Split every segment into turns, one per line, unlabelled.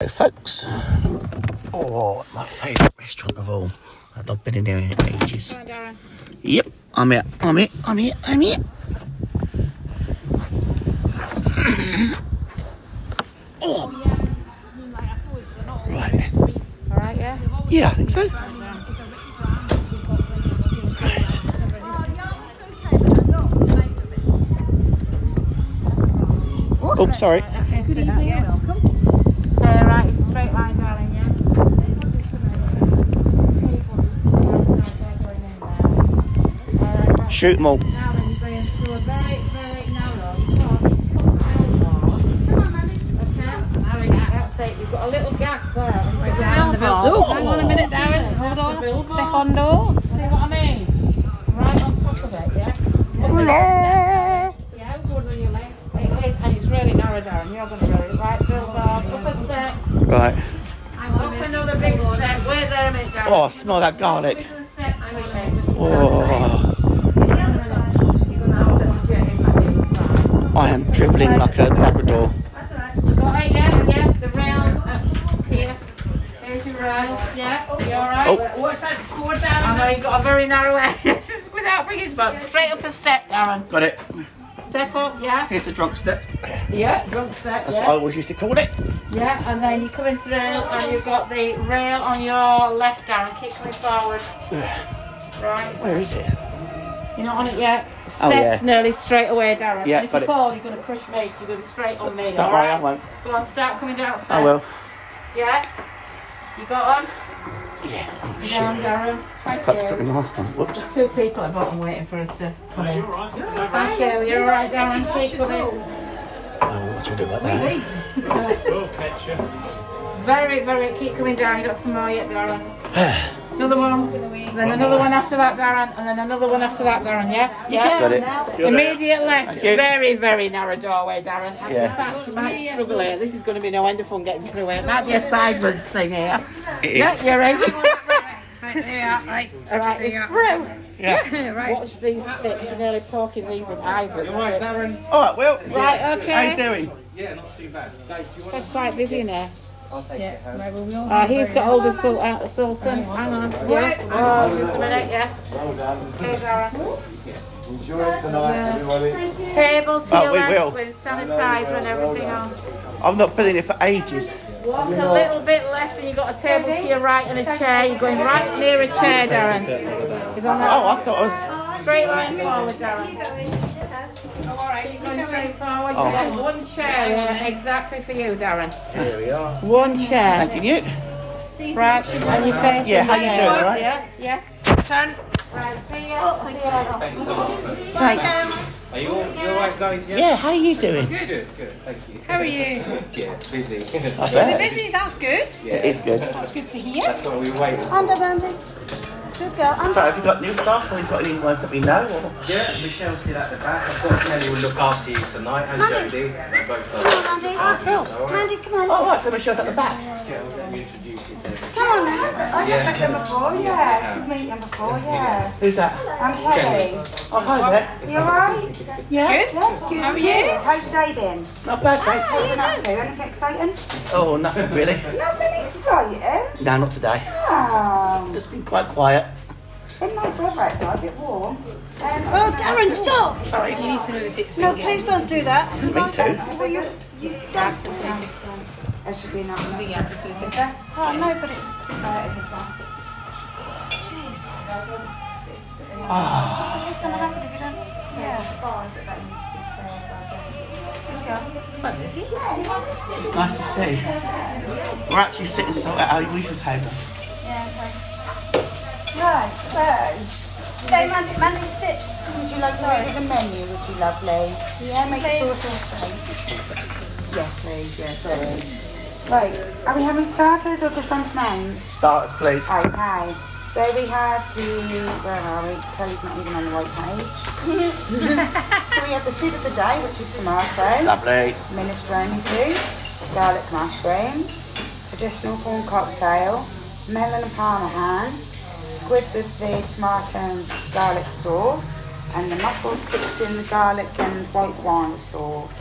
Hey folks. Oh, my favourite restaurant of all. I've been in there in ages.
Hi, Darren.
Yep, I'm here, I'm here, I'm here, I'm here. Oh, right.
All right, yeah.
Yeah, I think so. Right. Oh, sorry.
Good evening. Yeah. Uh, right, it's a straight line, darling. Yeah.
Shoot 'em all.
Now then, you're going through a very, very narrow corner. It's called the Melbourne. Okay, now we got- that's it. You've got a little gap there. It's the Melbourne. Hang on a minute, Darren. Hold on. Secondo. See what I mean? Right on top of it, yeah? See how good on your left. It is, and it's really narrow, Darren. You're going to really right billboard. Up a step.
Right.
Up another big step. Where's there a minute, Darren?
Oh, I smell that garlic.
There's a step, sweetie.
Oh,
You're going to have to straight in that little side.
I am dribbling like a Labrador.
So I guess, yeah, the rails up here. There's your rail. Yeah, you alright? Watch that cord down. I know you've got a very narrow area. This is without bringing but straight up a step, Darren.
Got it.
Step up, yeah.
Here's the drunk step.
Yeah, drunk step,
That's what I
yeah.
always used to call it.
Yeah, and then you're coming through and you've got the rail on your left, Darren. Keep coming forward. Right.
Where is it?
You're not on it yet. Steps
Oh, yeah.
nearly straight away, Darren.
Yeah,
and if
got
you
it.
fall, you're going to crush me. You're going to be straight on me.
Don't worry, I
alright?
won't.
Go on, start coming down. Steps.
I will.
Yeah. You got on?
Yeah. Oh,
You
shit.
down, Darren?
Cut to
Thank
put
you.
my mask on. Whoops.
There's two people at bottom waiting for us to come in. Thank you. You're all right, Darren. Keep coming.
Oh, what do I do about that?
We'll catch you.
Very, very. Keep coming down. You got some more yet, Darren? Another one. Then another one after that, Darren. And then another one after that, Darren. Yeah. Yeah.
Got it.
Immediate left,
you.
very, very narrow doorway, Darren. And
Yeah.
In fact, you might struggle here. This is going to be no end of fun getting through it. Might be a sideways thing here.
It is.
Yeah, you're in.
Right, there you are, right.
All right, it's through.
Yeah.
right.
Watch these sticks. You're nearly poking these in eyes with sticks.
Darren.
All right, Will.
Right,
How you
okay.
doing?
Yeah, not too bad. Thanks. You want
That's quite busy in there.
Yeah, right, well, we all
Uh, he's got older Sul- uh, Sultan. Hang on. Yeah. Oh, just a minute, yeah. Okay, Darren.
Enjoy it tonight, everybody.
Table to
Oh,
your
we
left
will.
with sanitizer and everything on.
I've not been in it for ages.
Walk a little bit left and you've got a table to your right and a chair. You're going right near a chair, Darren. He's on
Oh,
that
I thought I was.
straight line forward, Darren.
Darren.
Going straight forward. You've got one chair here exactly for you, Darren.
Here we are.
One chair.
Thank you.
Right, on your face.
Yeah, how you
there.
doing, all right?
Yeah, yeah. Right, see ya. see ya later.
Are you all, you all right, guys?
Yeah, how you doing?
Good, good, good. Thank you.
How are you?
Yeah, busy.
I bet.
Busy, that's good.
It is good.
That's good to hear.
That's what we waited. for.
Under, Andy. Good girl. Under.
So, have you got new stuff? Have you got any ones that we know? Or?
Yeah, Michelle sit at the back. I've got Kelly will look after you tonight and Jodie. They're both
Come on, Andy.
Oh, cool.
Andy, come on.
Oh, right, so Michelle's at the back.
Yeah, we'll let you introduce you to them.
Come on, now.
Yeah.
before, yeah. You've met him before, yeah.
Who's that?
I'm Kelly.
Oh, hi there.
You alright?
Yeah.
Yeah, good. How are you? How's your day been?
Not bad, thanks.
What have you been up to? Anything exciting?
Oh, nothing really.
Nothing exciting.
No, not today.
Oh,
It's been quite quiet.
been nice weather outside, a bit warm. Um,
Oh, Darren, stop.
Sorry. Me
No, please don't do that.
too.
Well, you, you danced us now.
there should be nice. We have this weekend. Uh,
Oh, no, but it's...
in this one.
Jeez. What's going to happen if you don't... Yeah.
It's nice to see. We're actually sitting so at our usual table.
Right, so.
So, Mandy, Mandy, sit.
Would you like to read the menu? Would you lovely? Yeah, make sure it's all safe. Yes, please, yes, sorry. Right, are we having starters or just on to mains?
Starters, please.
Okay, so we have the, where are we? Kelly's not even on the right page. so we have the soup of the day, which is tomato,
Lovely.
minestrone soup, garlic mushrooms, traditional corn cocktail, melon and parma ham, squid with the tomato and garlic sauce, and the mussels cooked in the garlic and white wine sauce.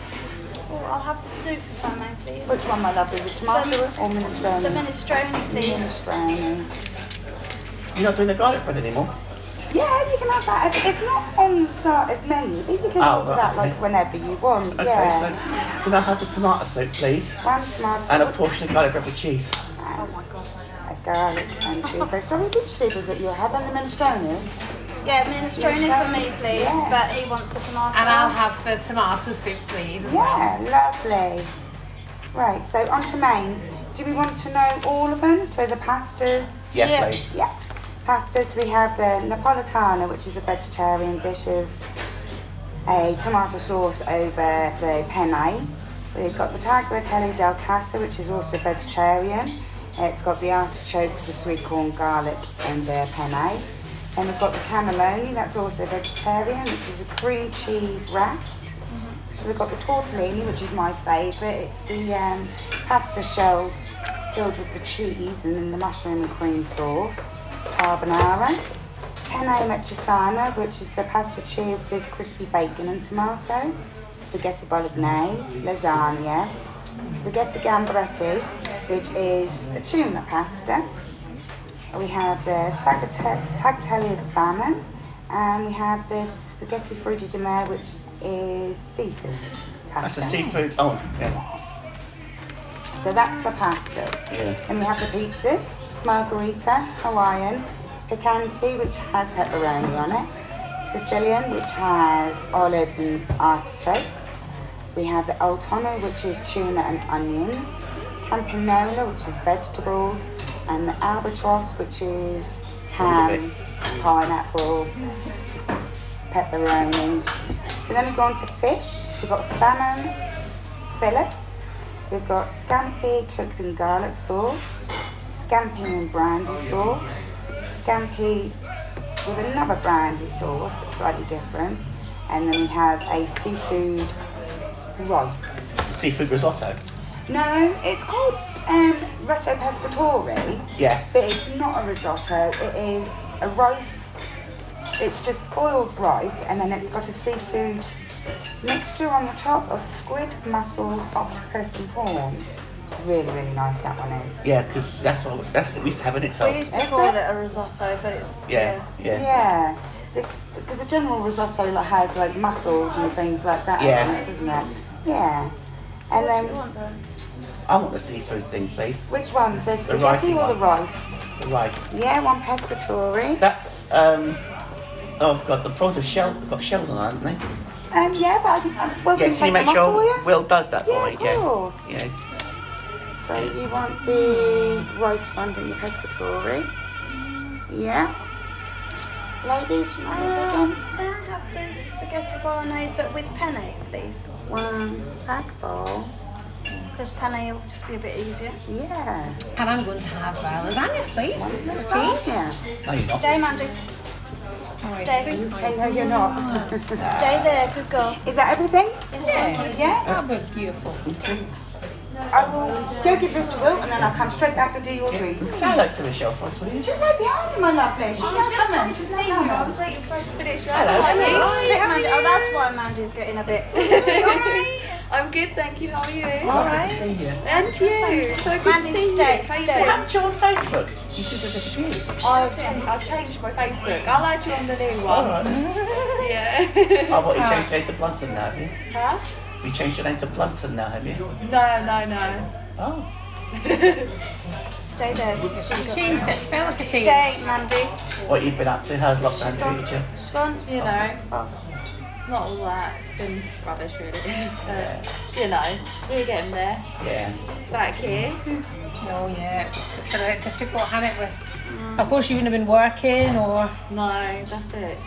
Oh, I'll have the soup if I may, please.
Which one, my lovely? The tomato or minestrone?
The minestrone, please.
minestrone.
You're not doing the garlic bread anymore?
Yeah, you can have that. It's, it's not on the starter's menu, but you can
Oh,
order
right,
that
okay.
like whenever you want.
Okay,
yeah.
so can I have the tomato soup, please?
One tomato
And a portion of garlic bread with cheese.
Oh, a garlic and cheese. Sorry, which soup is it you're having? The minestrone?
Yeah, minestrone for me, please.
Yeah.
But he wants a tomato.
And I'll have the tomato soup, please, as well.
Yeah, lovely. Right, so on to mains. Do we want to know all of them? So the pastas.
Yeah,
Yeah.
please.
Yeah. Pastas, we have the Napolitana, which is a vegetarian dish of a tomato sauce over the penne. We've got the Tagliatelle del Casa, which is also vegetarian. It's got the artichokes, the sweet corn, garlic, and the penne. Then we've got the cannelloni, that's also vegetarian, which is a cream cheese wrapped. So we've got the tortellini, which is my favourite. It's the um, pasta shells filled with the cheese and then the mushroom and cream sauce. Carbonara. Penne matriciana, which is the pasta cheese with crispy bacon and tomato. Spaghetti bolognese, lasagna. Spaghetti gamberetti, which is a tuna pasta. We have the sagate- tagliatelle of salmon, and we have the spaghetti frutti di mare, which is seafood pasta.
That's a seafood. Oh, yeah.
So that's the pastas.
Yeah.
And we have the pizzas, margarita, Hawaiian, picante, which has pepperoni on it, Sicilian, which has olives and artichokes. We have the Oltono, which is tuna and onions, Campanola, which is vegetables, and the albatross, which is ham, pineapple, pepperoni. So then we go on to fish. We've got salmon, fillets. We've got scampi cooked in garlic sauce, scampi in brandy sauce, scampi with another brandy sauce but slightly different, and then we have a seafood rice.
Seafood risotto.
No, it's called um, Rosso Pescatore,
Yeah.
but it's not a risotto. It is a rice. It's just boiled rice, and then it's got a seafood mixture on the top of squid, mussel, octopus, and prawns. Really, really nice that one is.
Yeah, because that's what that's what we used to have in itself.
We used to
Is
call
it?
it a risotto, but it's
Yeah, yeah.
Yeah. Because a general risotto like, has like mussels and things like that,
Yeah.
on it, doesn't it? Yeah. And
What do you
then,
want, darling?
I want the seafood thing, please.
which one? The
ricey
spaghetti or
one.
the rice?
The rice.
Yeah, one pescatore.
That's um. Oh god, the prawns have shell got shells on, haven't they?
Um, yeah, but I can, I,
Yeah,
well, we
can you
take
make
them off for
sure
you?
Will does that for
Yeah,
me?
of course.
Yeah. Yeah.
So you want the rice bun and the pescatore? Yeah. Ladies, you mind if I
Um,
don't-
may I have the spaghetti bolognese, but with penne, please?
one spag bowl?
Because penne will just be a bit easier.
Yeah.
And I'm going to have uh, lasagna, please. Cheese.
Yeah.
No, you're not.
Stay, Mandy.
You Oh,
Stay.
say no, you're not.
Stay there. Good girl.
Is that everything?
Yes, thank you.
Yeah.
That would be beautiful.
Drinks.
I will go give this to Will, and then I'll come straight back and do your
And
drinks.
say hello to Michelle for us, will you?
She's right behind you, my lovely. She's not coming. She's not coming.
Hello.
Sit, Mandy. Oh, that's why Mandy's getting a bit.
I'm good, thank you. How are you?
Lovely to see you.
And you. So good
Mandy,
to see
stay.
you. Thank
What
Stay.
happened to you on Facebook? You should have disappeared.
you. I've, changed, I've changed my Facebook. I'll add you on the new
All
one.
right. then.
Yeah.
Oh, what you changed your name to Blunton now, have you?
Huh?
You changed your name to Blunton now, have you?
No, no, no.
Oh,
Stay there.
She's changed it. Felt like a change.
Stay, Mandy.
what you've been up to? How's lockdown
She's gone.
treated you?
She's gone.
You know,
Oh,
not all that. It's been rubbish, really. But, you know, we're getting there.
Yeah.
Back here.
Oh, yeah. It's been a bit difficult, hasn't it? With, of course, you wouldn't have been working or.
No, that's it.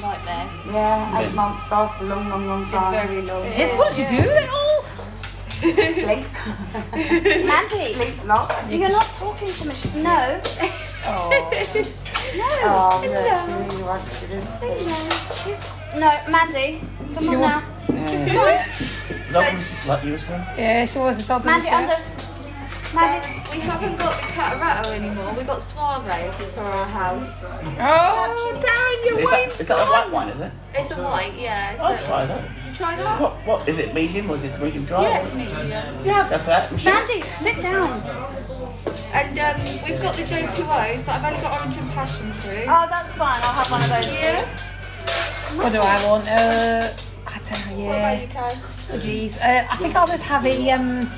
Nightmare.
Yeah, eight months off, a long, long, long time.
Very long.
It's what you do with it all.
Sleep.
Mandy,
Sleep lots.
you're not talking to me. She- No.
Oh, no, she really wants to do it.
She's no. Mandy, come on now.
yeah. Is that what she's like you as well?
Yeah, she was. It's all
Mandy, under.
Magic.
We haven't got the Cataretto anymore. We've got Soiree for our house.
Oh, Darren, your
Is
wine's
that, is that a white wine, is it?
It's a white, yeah. So,
I'll try that.
Try that?
What, what, is it medium? Was it medium dry?
Yeah, it's medium.
Yeah, I'll go for that. Michelle.
Andy, sit down.
And um, we've got the J2Os, but I've only got orange and passion fruit.
Oh, that's fine. I'll have one of those.
Yeah.
What do I want? Uh, I don't know,
What about
yeah.
you guys?
Oh, Jeez. Uh, I think I'll just have a, um,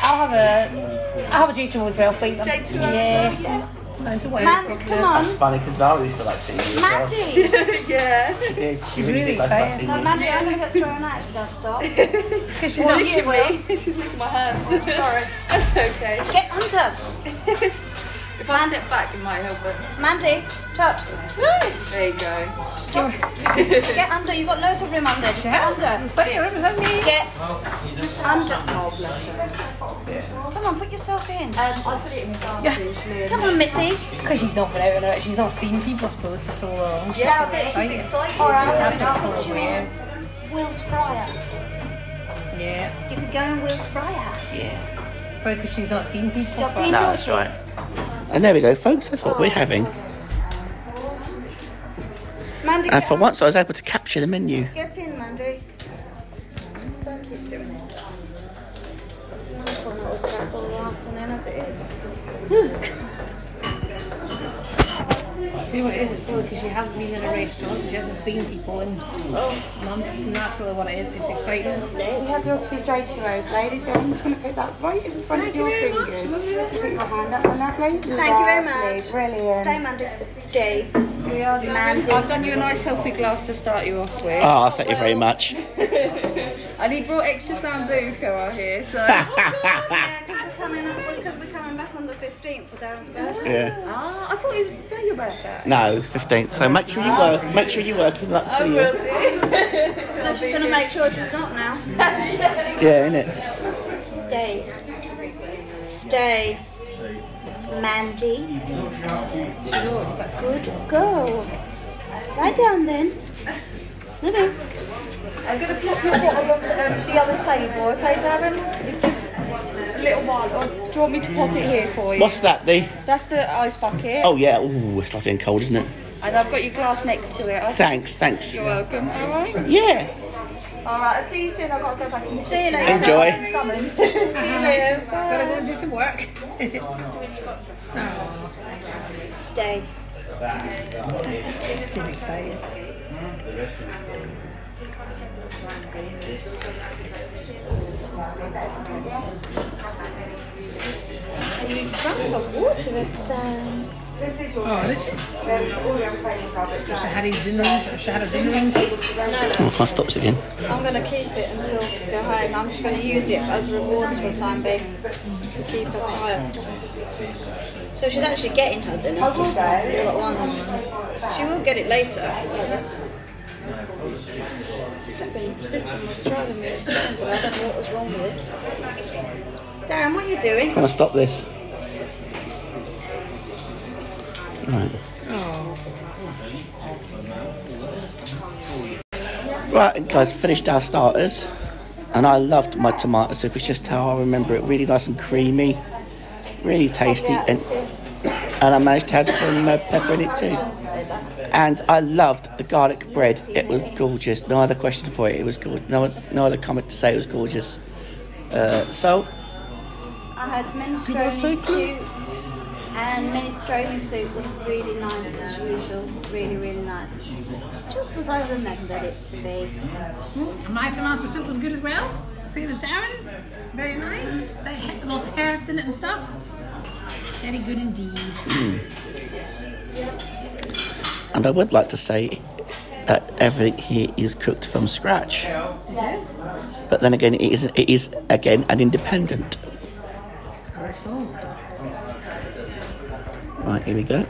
I'll have a, I'll have a G2 as well, please. I'm-
J2Os,
yeah.
yeah.
Learn to wait.
Mand, come on.
That's funny because Zara used to like seeing you. as well.
Mandy.
yeah.
She did. She really,
really
did like, to like
excited.
seeing
No,
you.
Mandy, I'm going to get thrown out if you don't stop.
Because she's
Well,
not
you
here.
will. Oh,
She's licking my hands. Sorry. That's okay.
Get under.
If I step back, it might help it.
Mandy, touch.
There you go.
Stop. Get under. You've got loads of room under. Just
There's plenty of room, isn't there?
get under. Get under. Come on, put yourself in.
Um, I'll put it in the
Yeah.
Come on, Missy.
Because she's not been out and about. She's not seen people, I suppose, for so long.
Yeah,
but she's excited.
All right, I'm
That's
going to put you in Will's fryer.
Yeah.
You could go in Will's fryer.
Yeah.
Probably because she's not seen people.
Stop
for-
being
No,
naughty.
that's right. And there we go, folks. That's what we're
Oh.
having.
Mandy,
And
get,
for
on.
once, I was able to capture the menu.
get in, Mandy. Don't keep doing it. I'm going to organise all the afternoon as it is.
Do you know what it is? It's probably because she hasn't been in a restaurant. She hasn't seen people in months, and that's probably what it is. It's exciting.
You have your two J2Os, ladies. Your just going to put that right in front of your fingers. Put your hand up on that, please.
Thank you very much.
Brilliant.
Stay, Mandy. Stay.
I've done you a nice healthy glass to start you off with.
Oh, thank you very much.
And he brought extra sambuca out here, so.
Yeah, give us some in that one because we're coming back on the 15th for Darren's birthday.
yeah.
Ah, I thought it was today your birthday.
No, 15th. So make sure you
Oh.
work. Make sure you work and let's see you.
No, she's going to make sure she's not now.
Yeah, innit?
Stay. Stay. Mandy.
She's all excited.
Good girl. Lie down then. No, no.
I'm gonna pop your bottle on the, um, the other table, okay, Darren? It's this little one. Or do you want me to pop it here for you?
What's that? The
That's the ice bucket,
oh yeah. Ooh, it's lovely and cold, isn't it?
and I've got your glass next to it. I think
Thanks, thanks.
you're welcome. All right.
Yeah.
All right. I'll see you soon. I've got to go back and see you later.
Enjoy.
I'm summoned. see you later. Bye.
Gotta go and do some work.
Stay.
She's excited.
And you drank some water, uh, it sounds.
Oh, did she? She had his dinner. in- She had a dinner. in-
Oh, I can't stop this again.
I'm going to keep it until we go home. I'm just going to use it as rewards for the time being to keep her quiet. So she's actually getting her dinner just all at once. She will get it later. Flipping system was driving me insane. I don't know what was wrong with it. Darren, what are you doing?
Can I stop this? Right. Right, guys, finished our starters, and I loved my tomato soup. It's just how I remember it. Really nice and creamy, really tasty, and and I managed to have some uh, pepper in it too. And I loved the garlic bread. It was gorgeous. No other question for it. It was gorgeous. No, no other comment to say. It was gorgeous. Uh, so
I had minestrone soup, and minestrone soup was really nice as usual. Really, really nice. Just as I remembered it to be.
My tomato soup was good as well. Same as Darren's. Very nice. They had lots of herbs in it and stuff. Very good indeed.
And I would like to say that everything here is cooked from scratch. But then again, it is, it is again an independent. Right, here we go.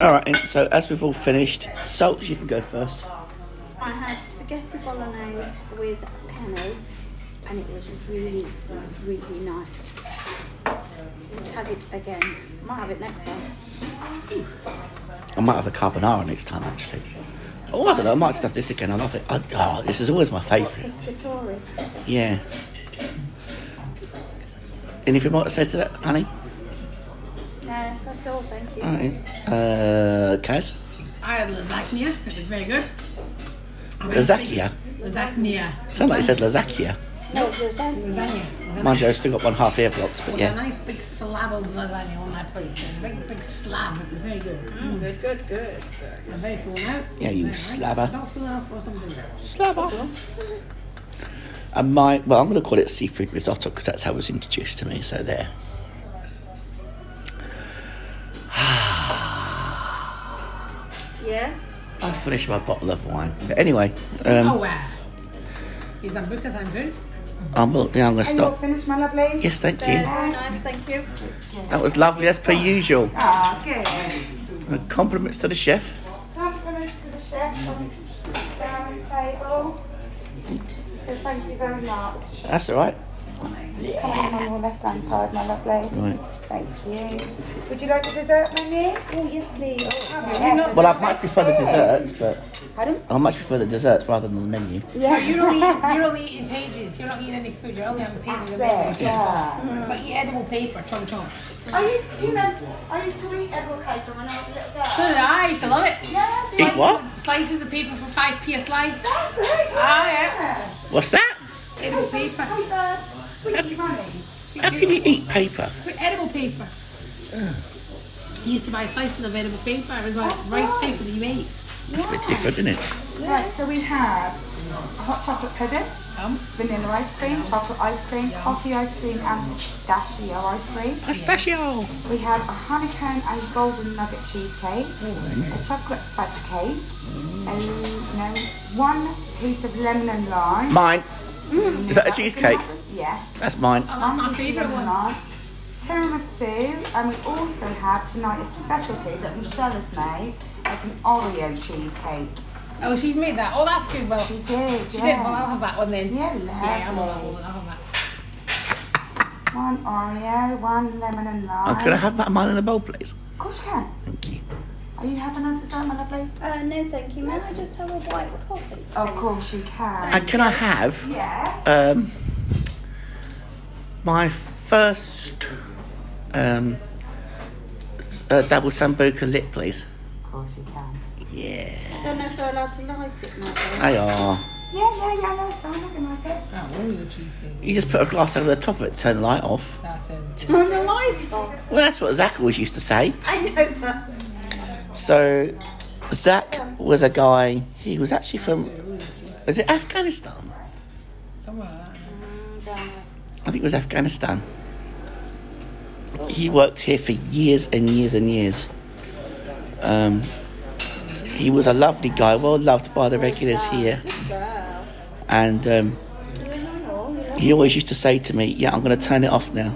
All right, and so as we've all finished, salt, you can go first.
I had spaghetti bolognese with penne, and it was really, really nice. Would have it again. Might have it next time.
I might have the carbonara next time, actually. Oh, I don't know. I might just have this again. I love it. I, oh, this is always my favourite.
Pescatore.
Yeah. Anything more to say to that, honey?
No, that's all, thank you.
All right. Uh, Kaz?
I had lasagna. It was very good. I mean,
Lasagna?
Lasagna.
Sounds like you said lasagna.
No, there's that.
Lasagna.
Mind you, I've still got one half ear blocked, but
With a
yeah.
nice big slab of lasagna on my plate. A big, big slab. It was very good. Mm.
Good, good, good.
I'm very full now.
Yeah, you
Very nice.
slabber.
Not full enough for something.
And my, well, I'm going to call it seafood risotto because that's how it was introduced to me, so there.
Yeah?
I finished my bottle of wine. But anyway, um,
Oh, wow. Is that Booker's Andrew?
I'm, yeah, I'm going to
And you're
stop.
finished, my lovely?
Yes, thank
Very
you.
nice, thank you.
That was lovely, as per usual.
Ah, good.
And compliments to the chef.
Compliments to the chef on the dining table. So thank you very much.
That's all right.
Come on your left hand side, my lovely.
Right.
Thank you. Would you like a dessert, my niece?
Oh, yes, please.
Yes,
Well, I'd much prefer the desserts, but. I much prefer the desserts rather than the menu.
No, you're only, eat, you're only eating pages. You're not eating any food. You're only having pages of
that's it.
paper.
Yeah.
It's like eat edible paper. Chomp chomp.
I used to, you remember, I used to eat edible cake when I was a little girl.
So did I. I used to love it.
yeah, that's
Eat what?
Slices of paper for 5p a slice.
it.
Ah, yeah.
What's that?
Edible paper.
Paper, sweet money.
How can you eat paper?
Sweet edible paper. You used to buy slices of edible paper. It was like rice paper that you ate.
That's a bit different, isn't it?
Right, so we have a hot chocolate pudding,
Yum.
vanilla ice cream, chocolate ice cream, coffee ice cream, and pistachio ice cream.
Pistachio.
We have a honeycomb and golden nugget cheesecake,
Oh,
a chocolate fudge cake, and no, one piece of lemon and lime.
Mine. Is that a cheesecake?
Yes.
That's mine.
Oh, that's my
One piece of
favourite one.
lemon lime, Tiramisu, and we also have tonight a specialty that Michelle has made. It's an Oreo cheesecake.
Oh, she's made that. Oh, that's good. Well,
She
she
did,
did.
yeah.
Well, I'll have that one then.
Yeah,
Yeah, I'm all
lovely.
over. Oh, I'll have that.
One Oreo, one lemon and lime.
Oh, could I have that mine in a bowl, please?
Of course you can.
Thank you.
Are you having a dessert, my lovely?
Uh, no, thank you. May I just have a white coffee?
Of course you can.
And can I have
Yes.
um, my first um, s- uh, double sambuca lip, please?
Of course you can.
Yeah.
I don't know if they're allowed to light it, might be.
They are.
Yeah, yeah, yeah, no, it's I'm looking at it.
Oh, Oreo cheesecake.
You just put a glass over the top of it, turn the light off.
That sounds.
Turn the lights off.
Well, that's what Zach always used to say.
I know, but
So, Zach was a guy, he was actually from, was it Afghanistan?
Somewhere like that.
I think it was Afghanistan. He worked here for years and years and years. Um, he was a lovely guy, well loved by the regulars here.
girl.
And um,
You and I know, you know.
he always used to say to me, Yeah, I'm going to turn it off now.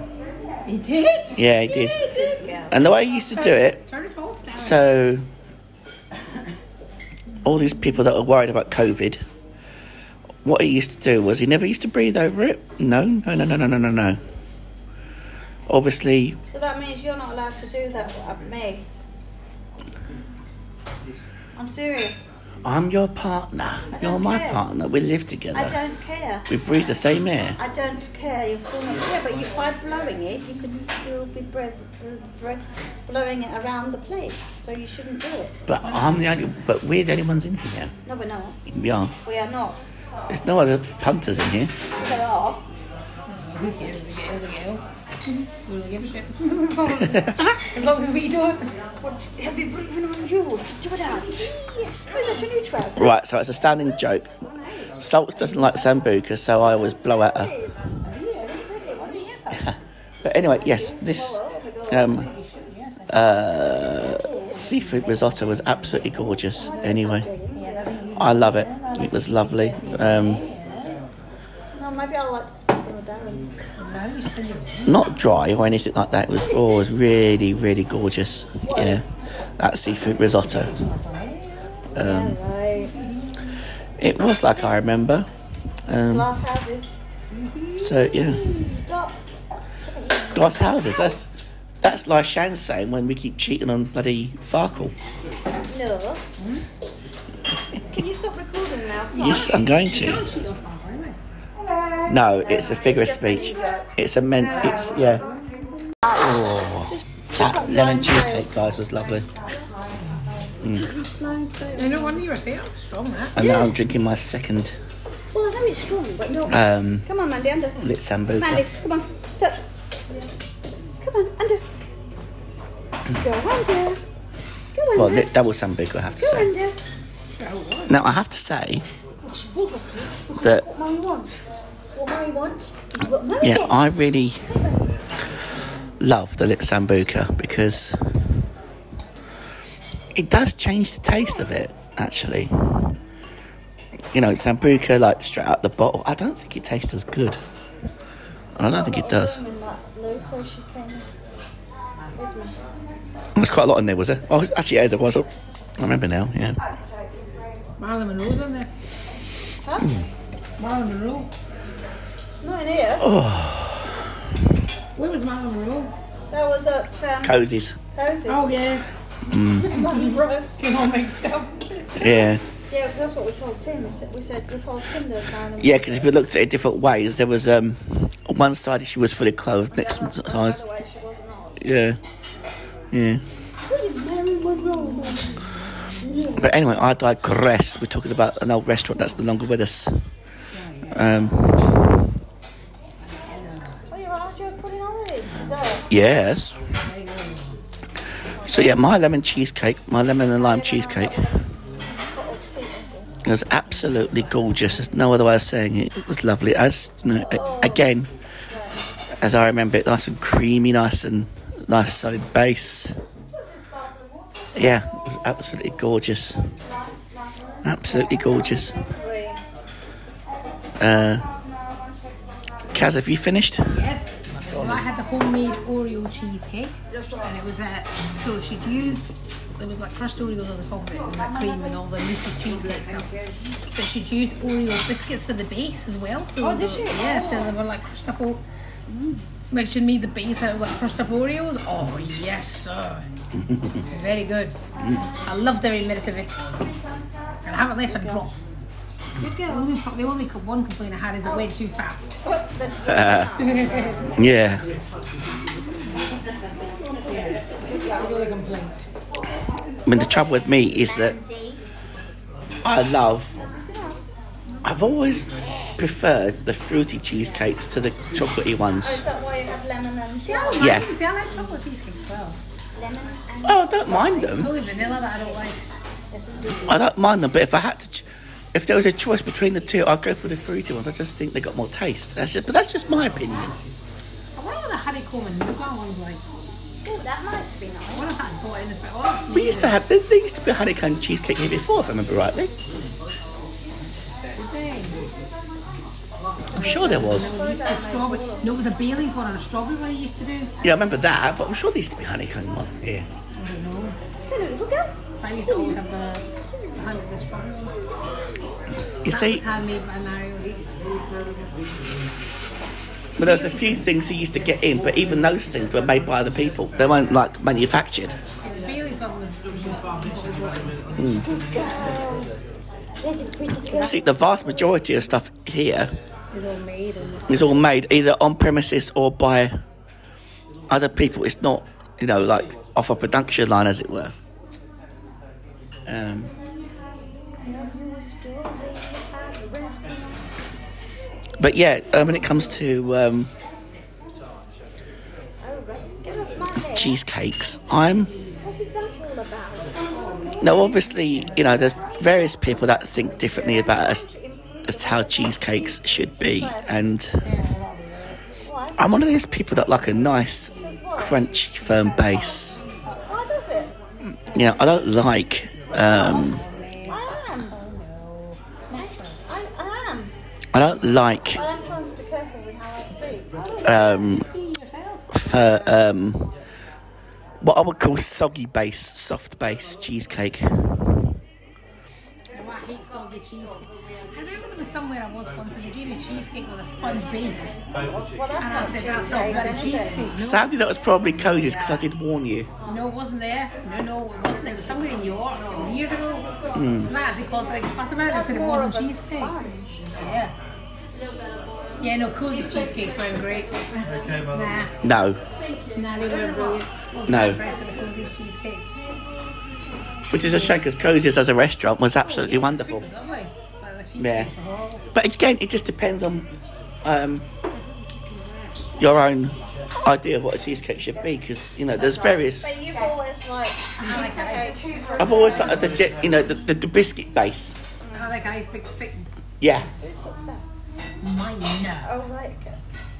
He did?
Yeah, he did.
Good girl.
And the way he used to do it,
Turn it off now.
so all these people that are worried about COVID, what he used to do was he never used to breathe over it. No, no, no, no, no, no, no, no. Obviously,
So that means you're not allowed to do that at me. I'm serious.
I'm your partner.
don't
You're my
care.
partner. We live
I
together.
don't care.
We breathe the same air.
I don't care. You're still not care. But you, by blowing it, you could still be breath, breath, blowing it around the place. So you shouldn't do it.
But I'm the only. But we're the only ones in here.
No, we're not.
We are.
We are not.
There's no other punters in here.
They are.
We get it, we get it, we get it. We don't give a shit. as, long as, as long as we don't.
He'll be breathing on you. Do that. Where's that your new trousers?
Right. So it's a standing joke. Salts doesn't like sambuca, so I always blow at her.
Please. Yeah, that's lovely. Why don't you have that?
But anyway, yes, this um, uh, seafood risotto was absolutely gorgeous. Anyway, I love it. It was lovely. Um,
No, maybe I'll like to spend some of Darren's.
not dry or anything like that. It was always really, really gorgeous. Yeah, that seafood risotto. Um,
Right.
It was like I remember. Um,
Glass houses.
so yeah,
Stop.
glass houses. That's that's like Shan's saying when we keep cheating on bloody Farkle.
No. Can you stop recording now?
Yes, I'm going
You
to.
don't cheat off our
Hello.
No, it's a figure of speech. It's a men. It's yeah. Oh, that lemon cheesecake, guys, was lovely.
You know, one you were saying, strong that.
And now I'm drinking my second
Well, I know it's strong, but no.
um,
Come on, Mandy, under.
lit sambuca.
Mandy, come on. Touch. Come on, under. Go under. Go
Well,
under.
lit double sambuca, I have to
Go
say.
under.
Now I have to say that
Mummy wants. What Mummy wants is what Mummy
yeah,
gets.
I really love the lit sambuca because it does change the taste of it. Actually, you know, sambuca like straight out the bottle. I don't think it tastes as good, and I don't think it does.
And that Lou, so she came.
There's quite a lot in there, was there? Oh, actually, yeah, there was. Oh, I remember now. Yeah.
Marilyn Monroe's on there. Marilyn Monroe.
Not in here.
Where was Marilyn Monroe?
That was at um,
Cozies.
Cozy's.
Oh, yeah.
Mummy wrote.
Get all mixed up.
Yeah.
Yeah, that's what we told Tim. We said, we, said, we told Tim there was Marilyn.
Yeah, because if you looked at it different ways, there was um, on one side she was fully clothed, next
By
side,
the way, she wasn't ours.
yeah, yeah. But anyway, I digress. We're talking about an old restaurant that's no longer with us. Um,
Oh, you're right, you're putting on it. Is that it?
yes. So yeah, my lemon cheesecake, my lemon and lime cheesecake,
Got all the tea and stuff.
was absolutely gorgeous. There's no other way of saying it. It was lovely. As you know, a- again, as I remember it, nice and creamy, nice and nice solid base. Yeah, it was absolutely gorgeous. Absolutely gorgeous. Uh, Kaz, have you finished?
Yes. Well, I had the homemade Oreo cheesecake, and it was uh, so she'd used there was like crushed Oreos on the top of it, and like cream and all the Reese's cheesecake stuff. But she'd used Oreo biscuits for the base as well. So oh, did she? Yeah, so they were like crushed up. Or- Like she made the base out of like crushed up Oreos. Oh yes, sir. Very good. I loved every minute of it. And I haven't left a drop. Good girl. The only, pro- the only co- one complaint I had is it went too fast.
Yeah. I mean, the trouble with me is that I love. I've always preferred the fruity cheesecakes to the chocolatey
Is
ones.
that why you have lemon and
Yeah, I don't
Yeah.
like, see, I like chocolate cheesecake as well.
lemon and
Oh, I don't mind
It's
them.
only vanilla that I don't like.
I don't mind them, but if I had to, ch- if there was a choice between the two, I'd go for the fruity ones. I just think they got more taste. That's just, but that's just my opinion.
I wonder what the honeycomb and nougat one's like.
oh, that might be
I
nice.
wonder if that's bought in as well. Oh,
We used to have there, there used to be honeycomb cheesecake here before, if I remember rightly. I'm sure there was.
we used to strawberry. No, it was a Bailey's one and a strawberry one I used to do.
Yeah, I remember that, but I'm sure there used to be honeycomb one here.
So I used to always have the, the, honey, the strawberry one.
You
That
see,
was handmade by Mario.
but there was a few things he used to get in, but even those things were made by other people. They weren't like manufactured.
The Bailey's one was. was
There's a pretty girl.
See, the vast majority of stuff here
all made and
is all made either on premises or by other people. It's not, you know, like off a production line, as it were. Um,
Tell you a story about the restaurant.
but yeah, um, when it comes to um,
Oh, right. Get off my leg.
cheesecakes, I'm
What is that all about?
Now, obviously, you know, there's various people that think differently about us as to how cheesecakes should be, and I'm one of those people that like a nice, crunchy, firm base.
Why does it?
You know, I don't like. Um,
I am. I, I am.
I don't like
I am trying to be careful with how I speak.
um, for um, what I would call soggy base, soft base cheesecake.
Oh, I hate soggy cheesecake. I remember there was somewhere I was once and they gave me cheesecake with a sponge base.
Well,
And I
that's
said,
not
that's not very
cheesecake.
cheesecake. No,
Sadly, that was probably cozy's because I did warn you.
No, it wasn't there. No, no, it wasn't. It was somewhere in York. It was years ago.
Hmm.
And that actually caused a big fuss about it
That's
because it
more
wasn't
of a
cheesecake.
sponge.
Yeah.
It's
Yeah, no, Cozy's cheesecakes weren't great. nah,
No,
nah, they weren't brilliant. Wasn't
No.
impressed with the Cozy's cheesecakes.
which is a shame because Cozy's as a restaurant was absolutely wonderful.
It was lovely. But the cheesecakes
Yeah.
were horrible.
But again, it just depends on um, your own idea of what a cheesecake should be, because you know there's various.
But you've always like,
I've always liked the ge- you know the, the, the biscuit base.
I like I's big thick
Yeah,
who's got that?
mine. Yeah,
Oh, right, okay.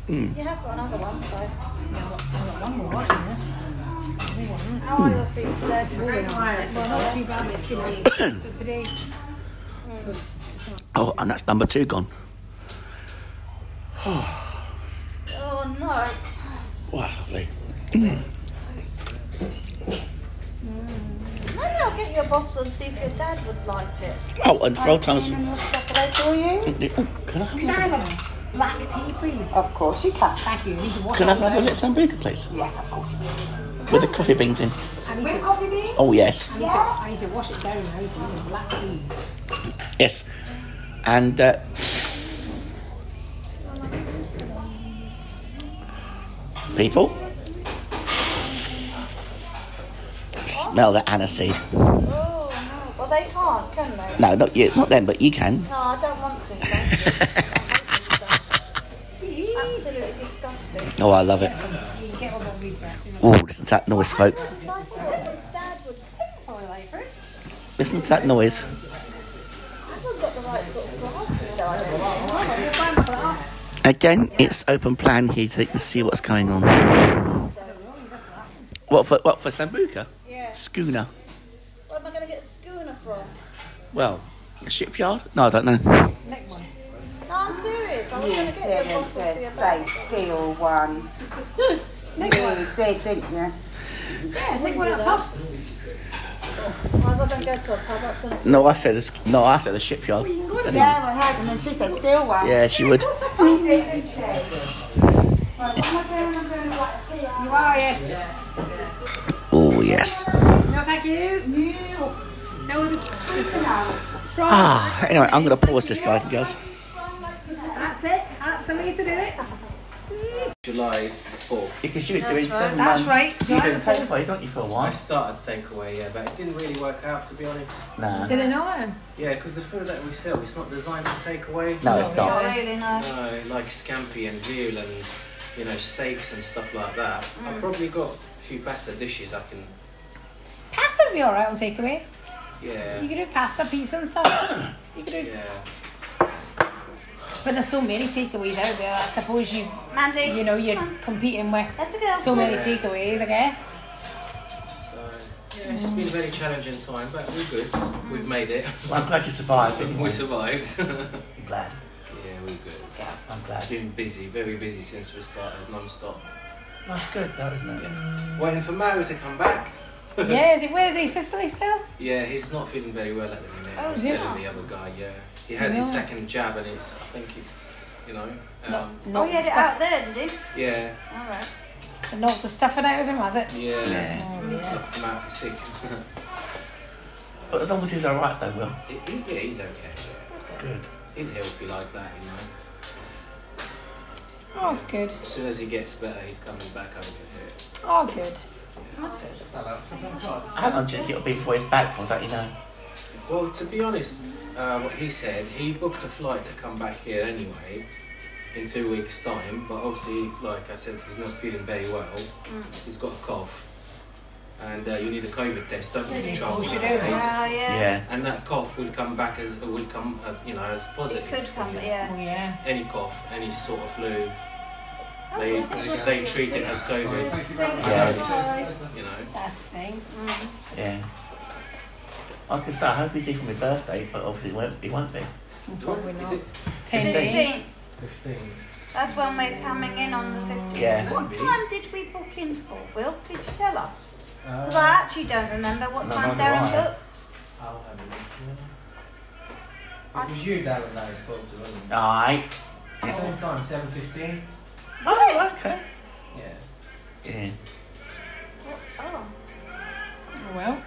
You have got another one, so.
I've got I've got one more in this.
How are your feet today?
Well, not too bad, but it's been late. So today,
Oh, and that's number two gone.
Oh no.
Wow, lovely.
Maybe I'll get you a bottle and see if your dad would like it.
Oh, and for old times.
Chocolate for you?
Oh, can I have,
can I have a black tea, please?
Of course you can.
Thank you. I need to wash
can I have
it.
another little sambuca, please?
Yes, of course you can.
With the coffee beans in.
I need to,
Coffee beans?
Oh yes,
I need to, I need to wash it down now. So it's black tea.
yes, and uh, people smell the aniseed.
Oh no. Well, they can't, can they?
No, not you, not them, but you can.
No, I don't want to. Thank you. I hate this stuff. Absolutely disgusting.
Oh, I love it. Oh, listen to that noise, folks.
Like I said, his dad would probably like it.
Listen to that noise.
I haven't got the right sort of glasses though. I don't think.
Again, it's open plan here so you can see what's going on. What for? What for Sambuca?
Yeah.
Schooner.
Where am I going to get a schooner from?
Well, a shipyard? No, I don't know.
No, I'm serious. I was going to get you a
Didn't
bottle for your
just
dad.
say steal one. You did, didn't you?
Might as well don't go to a pub. That's going to.
No, I said a, sch- no. I said a shipyard.
Yeah, well, heard, and then she said steal one.
Yeah, she would.
You did, didn't she? Well, what am I doing? I'm doing a black tea.
You are, yes.
Oh yes.
No, thank you. No. No, it's it's strong.
Ah. Anyway, I'm gonna pause this, guys and girls.
That's it. That's the way to do it.
July 4th.
Because you were doing seven
That's right. So
You've
that's
been
the point.
takeaways, aren't you, for a
I
while?
started takeaway, yeah, but it didn't really work out to be honest.
Nah.
Did I know him?
Yeah, because the food that we sell, it's not designed to take away.
No, it's not.
Not really, no.
No, like scampi and veal and you know steaks and stuff like that.
Mm.
I've probably got a few pasta dishes I can.
Pasta's be alright on takeaway. You
Yeah,
can do pasta, pizza, and stuff. You can do,
yeah.
but there's so many takeaways out there. I suppose you,
Mandy.
you know, you're competing with
That's a girl.
so many takeaways. I guess.
So yeah, it's been a very challenging time, but we're good.
Mm.
We've made it.
Well, I'm glad you survived. didn't you?
We survived. yeah,
I'm glad.
we're good.
I'm
It's
glad.
been busy, very busy since we started, non-stop.
That's good, though, isn't it?
Yeah. Waiting for Mario to come back.
yeah. Is he? Where is he? Sicily still?
Yeah, he's not feeling very well at the minute.
Oh,
he's
is he
telling the other guy, yeah. He had his
Yeah.
second jab and it's, I think it's, you know, um,
Oh,
Knocked,
he had it out there, did he?
yeah,
Alright.
the, knocked the stuffing out of him, has it?
yeah.
Oh, yeah.
Knocked him out for six.
But as long as he's all right, though, Will.
He- he- yeah, he's okay. Yeah.
Good.
He's healthy like that, you know.
Oh, it's good.
As soon as he gets better, he's coming back over here.
Oh, good.
Hang on, Jack. It'll be before he's back, well, don't you know?
Well, to be honest, uh, what he said, he booked a flight to come back here anyway in two weeks' time, but obviously, like I said, he's not feeling very well. He's got a cough. And uh, you need a COVID test, don't you? to travel nowadays.
Wow, Ah, yeah.
Yeah.
And that cough will come back as will come, uh, you know, as
It
positive.
could come,
you know.
yeah.
Oh, yeah.
Any cough, any sort of flu, they they treat it as COVID.
Yeah.
You know.
That's the thing.
Yeah. I could say I hope he's here for my birthday, but obviously it won't, it won't be.
Probably
Is
not.
it
Ten days.
15th. That's when we're coming in on the 15th.
Yeah.
What time did we book in for, Will? Could you tell us? Because I actually don't remember what
Uh, No,
time
neither
Darren
do I.
booked.
I'll have a look.
I-
It was you, Darren, that I spoke to, wasn't
Alright.
it? Same time, 7.15?
Was it?
Okay.
Yeah.
Yeah.
Oh.
Oh, well.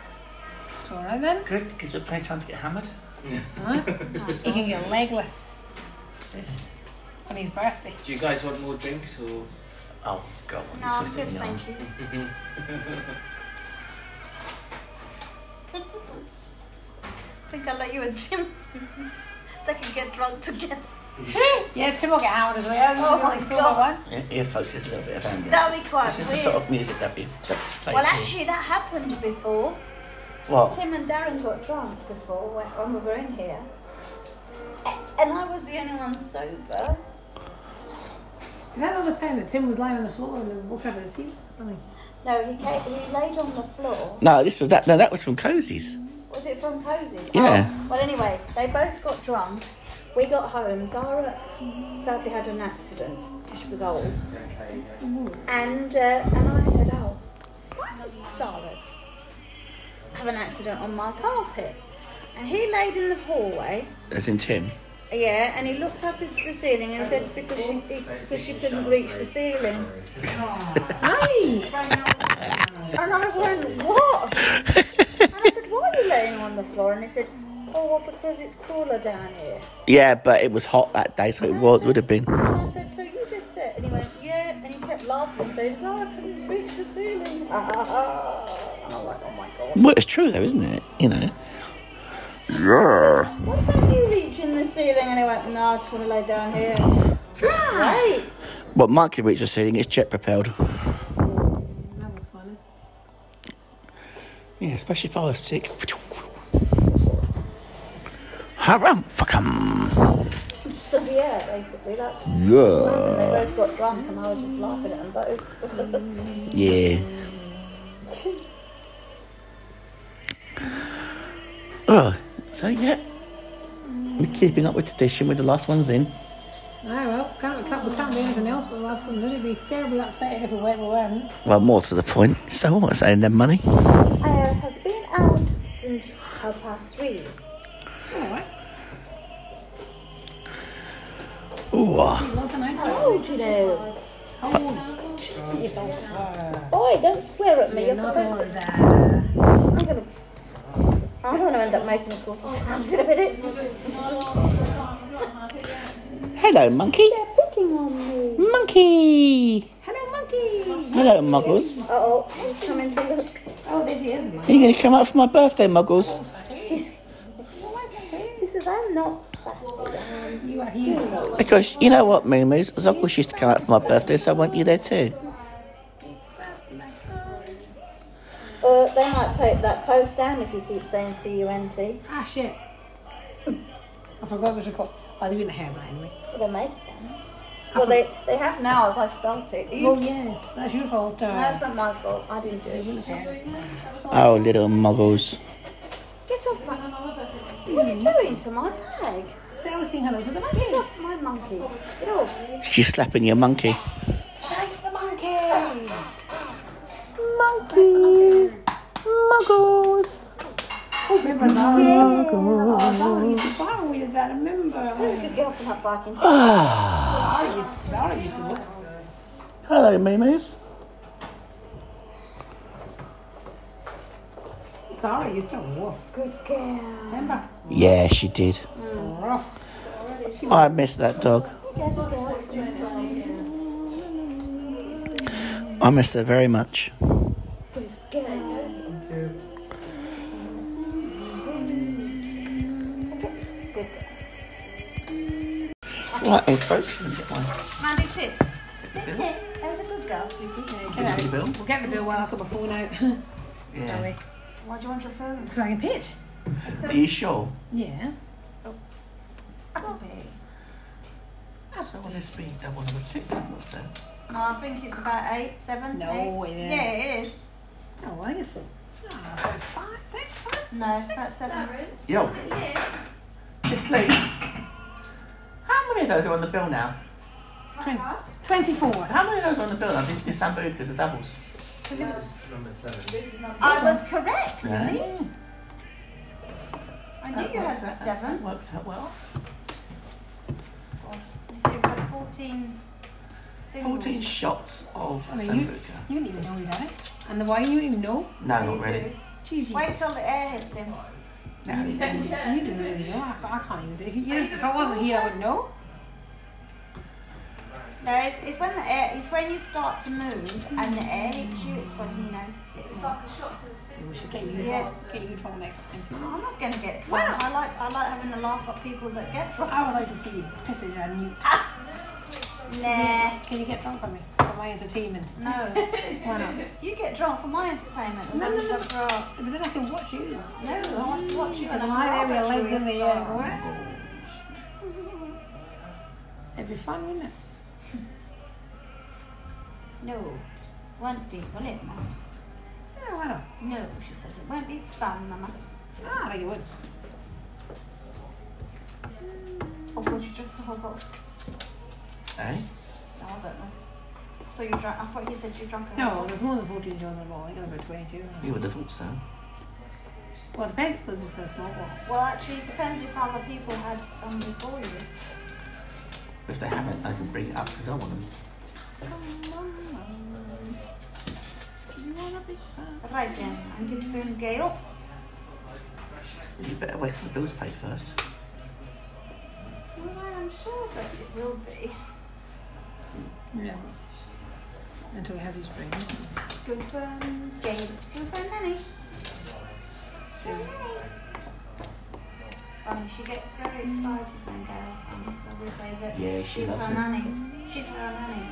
It's alright then.
Good, because we're plenty of time to get hammered.
Huh? he can get legless. on his birthday.
Do you guys want more drinks or?
Oh, God.
No, I'm good, thank you. I think I'll let you and Tim. they can get drunk together.
Yeah, Tim will get out as well. You
Oh
know,
my
it's all
God.
one.
Yeah, yeah, folks, it's a little bit of ambience.
That'll be quite
This is the
weird.
sort of music that we that's played.
well,
here.
actually, that happened before.
What?
Tim and Darren got drunk before when, when we were in here. And I was the only one sober.
Is that another time that Tim was lying on the floor and then woke up and seen or something?
No, he, came, he laid on the floor.
No, this was that. No, that was from Cozy's.
Was it from Cozy's?
Yeah.
Oh, well, anyway, they both got drunk. We got home. Zara sadly had an accident because she was old. And, uh, and I said, Oh, why did Zara have an accident on my carpet? And he laid in the hallway.
As in Tim.
Yeah, and he looked up into the ceiling and said because she he, because she couldn't reach the ceiling.
Right!
And I went, what? and I said, why are you laying on the floor? And he said, oh, well, because it's cooler down here.
Yeah, but it was hot that day, so it wa- would have been.
And I said, so you just said, and he went, yeah, and he kept laughing, saying, oh, I couldn't reach the ceiling. and I'm like, oh my god.
Well, it's true though, isn't it? You know.
I said, what about you reaching the ceiling? And he went, no, I just want to lay down here. Right.
What Mike could reach the ceiling is jet propelled.
That was funny.
Yeah, especially if I was sick. Haram, fuck 'em.
So yeah, basically that's yeah. that's what happened. They both got drunk and I was just laughing at them both.
Yeah. Oh, so yeah, we're keeping up with tradition with the last ones in.
Oh well, can't, we, can't, we can't do anything else but the last one. It'd be terribly upsetting if we went we weren't.
Well, more to the point. So what? Saying their money?
I have been out since half past three.
Alright.
Ooh, ah.
Love and I
How old you know?
Oh, it's all far.
Oi, don't swear at me. You're
Not
supposed
all
to.
that.
I'm gonna. I don't want to end up making a call to
Oh,
Sam's in a minute.
Hello, monkey.
They're picking on me.
Monkey.
Hello, monkey!
Hello, muggles.
Uh oh, she's coming to look.
Oh, there she is,
Are you going to come out for my birthday, muggles?
She says, I'm not fatty.
You are here.
Because you know what, Moo Moo's? Zoggles used to come out for my birthday, so I want you there too.
Uh, they might take that post down if you keep saying C U N T.
Ah, shit. I forgot it was recorded. Oh, they wouldn't have heard that anyway.
Well, they made it down. Well, they, they have now as I spelt it.
Oh,
Oops.
yes. That's your fault.
No,
Uh,
it's not my fault. I didn't do it.
Oh, little muggles.
Get off my. What are you doing to my bag?
so I was saying hello to the monkey.
Get off my monkey. Get off.
She's slapping your monkey.
Spank the monkey.
Monkey. Muggles.
Remember that? Oh, sorry. It's far away did that. I remember.
Good girl from that barking.
Sorry, it's- sorry. it's the book.
Hello, Moo Moo's.
Sorry, it's a wolf.
Good girl.
Remember?
Yeah, she did.
Rough.
I miss that dog.
Good girl.
I miss her very much.
Good girl. Good girl.
Right, hey, folks, let me get my
Mandy, sit. Sit, sit. That's a good girl, sweetie.
Get out.
bill.
We'll get the bill while I've got my phone out.
Yeah.
Why do you want your phone?
Because I can pay it.
Are you sure?
Yes.
So will this be double number six? I thought so.
No, I think it's about eight, seven,
No,
eight.
it
Yeah, it is.
Oh, I guess. Oh, about five, six, seven.
No, it's about seven.
Yo. Yes, please. How many of those are on the bill now?
Twen- 24.
How many of those are on the bill now? The, the Sambucas, the doubles.
This is number seven.
I was correct.
Yeah.
See? I knew you had
Works out-
seven.
Works out well.
You said you had 14 singles.
14 shots of
I mean, you-
Sambuca.
You didn't even know you had it. And the wine, you didn't even know.
No, not really.
Jeez, you,
Wait till the air hits him.
No.
you didn't really know. I, I can't even do it. If, you, if I wasn't here, I would know.
No, it's, it's when the air, it's when you start to move and the air hits you. It's when you notice it. It's like a shot to the
We
system.
should get you,
Yeah.
get you drawn next time.
I'm not gonna get drunk. I like I like having a laugh at people that get drunk.
I would like to see you pissing on you.
Nah,
Can you get drunk on me for my entertainment?
no.
Why not?
You get drunk for my entertainment. as
No,
long
no,
as
no.
I throw up.
But then I can watch you.
No, I want to watch you
And
and
lie
I
there with your legs in the air. and go,
What?
"Wow." It'd be fun, wouldn't it?
No, won't be, will it, Matt?
Yeah, why not?
No, she says it won't be fun, Mama.
Ah, I think it would.
Oh, God, you drink the whole bottle.
Eh?
No, I don't know. I thought you drank. I thought you said you drank. a whole
No,
bottle.
there's more than 14 girls involved. I think there's about 22. isn't there?
You would have thought so.
Well, it depends because it's a small one.
Well, actually, it depends if other people had some before you.
If they haven't, I can bring it up because I want them.
Right then, I'm going to phone Gail.
You better wait till the bill's paid first.
Well, I am sure that it will be.
Yeah. Until he has his drink.
Good phone Gail. Good phone Nanny. Phone Nanny. It's funny, she gets very excited when Gail comes, so we say that
Yeah, she
she's
loves
her
it.
nanny. She's her nanny.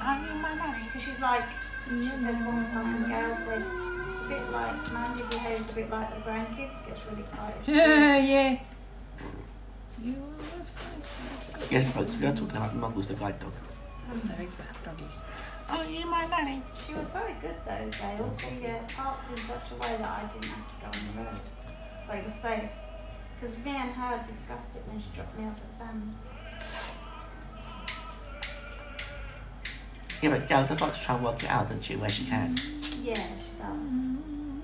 I'm in my money.
Because she's like, she said one time, and Gail said, it's a bit like, Mandy behaves a bit like the grandkids, gets really excited.
Yeah, yeah. You are a fine
Yes, folks, we are talking about Muggles the guide dog.
I'm the big fat doggy. Are you my nanny?
She was very good though, Gail. She uh, parked in such a way that I didn't have to go on the road. They were safe. Because me and her discussed it when she dropped me off at Sam's.
Yeah, but Gail does like to try and work it out, doesn't she, where she can.
Yeah, she does.
Mm.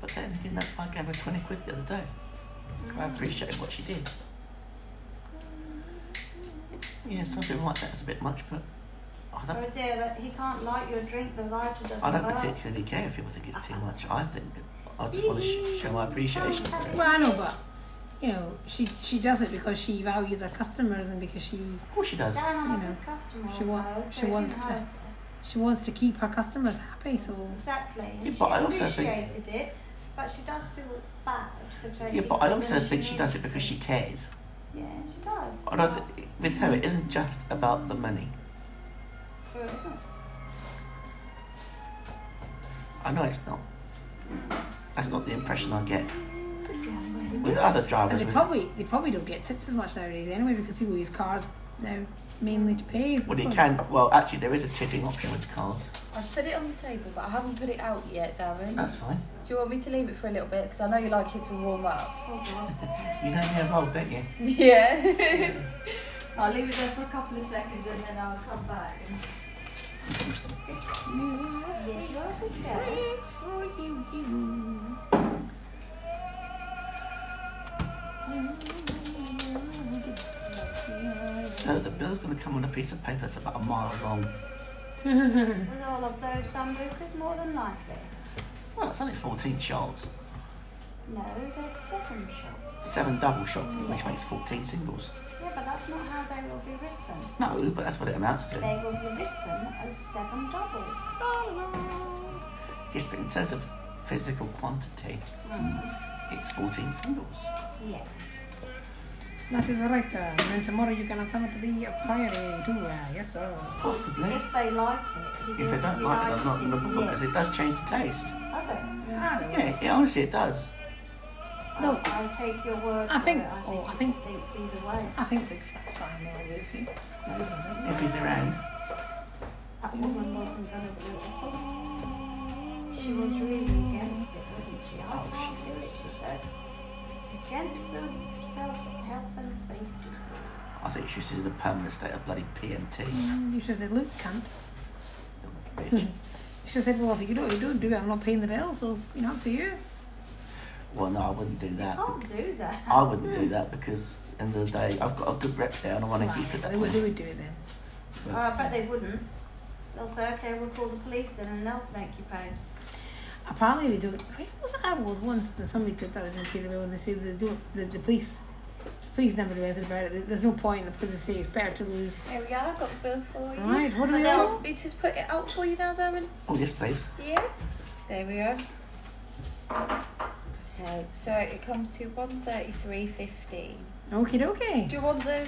But then again, that's why I gave her 20 quid the other day. 'Cause I appreciated what she did. Yeah, some people like that, it's a bit much, but I
Oh
don't,
dear, that he can't light your drink, the lighter doesn't
I don't
work.
particularly care if people think it's too much. I think I just want to sh- show my appreciation for it.
Well, I know, but you know, she she does it because she values her customers and because she
Of course she does.
Darren, I'm
You
a
know,
good customer
she
of
wa-
hers,
she
so it
wants
didn't
to-
hurt her.
she wants to keep her customers happy. So
Exactly. And
Yeah,
she
but I also think-
appreciated it, but she does feel bad for taking
Yeah, but I
it
also
when
think she does it
needs
because
to.
she cares.
Yeah, she does.
I don't think, with her, it isn't just about the money.
Sure it isn't.
I know it's not. That's not the impression I get
Good girl.
with other
and
drivers.
they
With,
probably they probably don't get tips as much nowadays anyway because people use cars now mainly to pay. So
well, you
probably-
can. Well, actually, there is a tipping option with cars.
I've put it on the table, but I haven't put it out yet, Darren.
That's fine.
Do you want me to leave it for a little bit? Because I know you like it to warm up.
Hold on.
You know me involved, don't you?
Yeah.
I'll leave it there for a couple of seconds and then I'll come back. yes, you're a good girl.
So the bill's going to come on a piece of paper that's about a mile long.
With all of those sunbukers, more than likely.
Well, it's only 14 shots.
No, there's seven shots.
Seven double shots, which makes 14 singles.
Yeah, but that's not how they will be written.
No, but that's what it amounts to.
They will be written as seven doubles.
Yes, but in terms of physical quantity, it's 14 singles.
Yes.
That is right. Uh, and tomorrow you can have some of the fire too. Uh, yes, sir.
Possibly.
If they like it, he
If they
will
don't like it, they're not going to book
unite
it because it does change the taste.
Yeah, that's it.
Ah, yeah.
Yeah, yeah, honestly, it does.
No.
I- I'll take your word
I
for
think-
it. I
oh,
think
I
it
think-
stinks either way.
I think big fat Simon will do for you.
If he's around.
That woman wasn't going to do it at all. She was really against it, wasn't she? I
Oh,
can't
she
do it,
was
she
just-
said. It's
uh,
against the self health and safety
I
rules.
think she's in a permanent state of bloody PMT.
Mm, You should say, look, cunt.
Bitch.
She said, well, if you don't, you don't do it. I'm not paying the bill, so you know, up to you.
Well, no, I wouldn't do that.
Can't do that.
I wouldn't do that because, end of the day, I've got a good rep there and I want to keep it that
They would, they
way.
would do it then.
Oh, I bet they wouldn't. They'll say, okay, we'll call the police in and they'll make you pay.
Apparently they don't. Where was it? I was once that somebody did that in Peterborough when they say they don't. The, the police, the Please never do anything about it. There's no point because they say it's better to lose.
Here we are, I've got the bill for you.
Right, what do we
And I'll-
want?
we just put it out for you now, Darren.
Oh, yes, please.
Yeah.
There we go.
Okay, so it comes to one thirty-three fifteen.
Okay, okay.
Do you want the?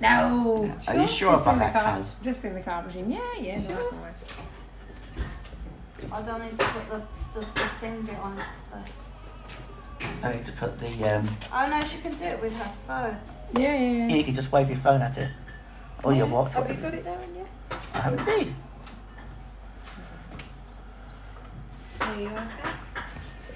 No.
Are you sure
Just
about
bring the
that,
card-
Kaz?
Just bring the card machine. Yeah, yeah. No, that's all right.
I don't need to put the the, the thing bit on. The,
I need to put the. Um,
oh no, she can do it with her phone.
Yeah, yeah, yeah.
you can just wave your phone at it. Or your watch.
Have you
whatever.
got it, Darren? Yeah.
I have indeed.
There you are, Cass.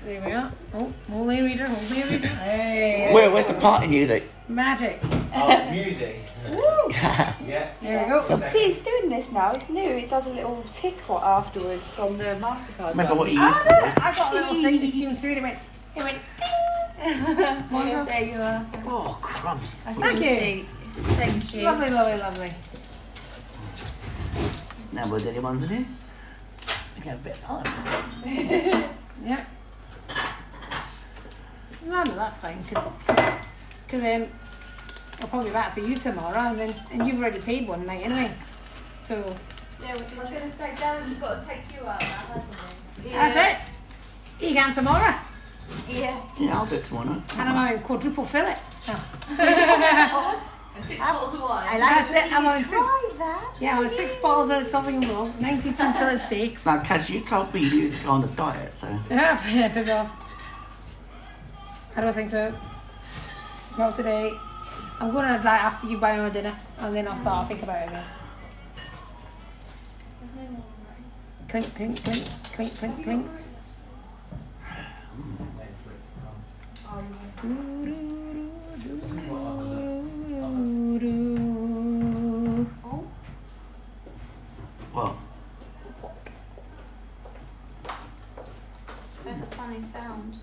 There we are. Oh, holy reader, holy reader. Hey.
Where, where's the party music?
Magic.
Oh, music. Yeah.
There we go.
See,
it's doing this now. It's new. It does a little tick afterwards on the Mastercard.
Remember what you used to
Oh, I got a little thing that came through and it went, it went, Monzo.
There you are.
do. Oh, crumbs.
I
Thank
the
you.
receipt. Thank you.
Lovely, lovely, lovely.
Now, were there any ones in here? We can have a bit of party.
Yeah. No, no, that's fine, because then I'll probably be back to you tomorrow, and then and you've already paid one night anyway. So
I was going to say, Darren's got to take you out now, hasn't
that's it. You can tomorrow,
Yeah.
Yeah, I'll do it tomorrow.
and I'm having quadruple fillet.
Six bottles of wine.
That's it. I'm having six,
Try that.
yeah, I'm having six balls of something wrong, 92 fillet steaks.
Now, Kaz, you told me you need to go on a diet, so.
Ah, yeah, piss off. I don't think so. Not today. I'm going on a diet after you buy me my dinner, and then I'll start to think about it again. Clink, clink, clink, clink, clink, clink.
Well,
That's a funny sound.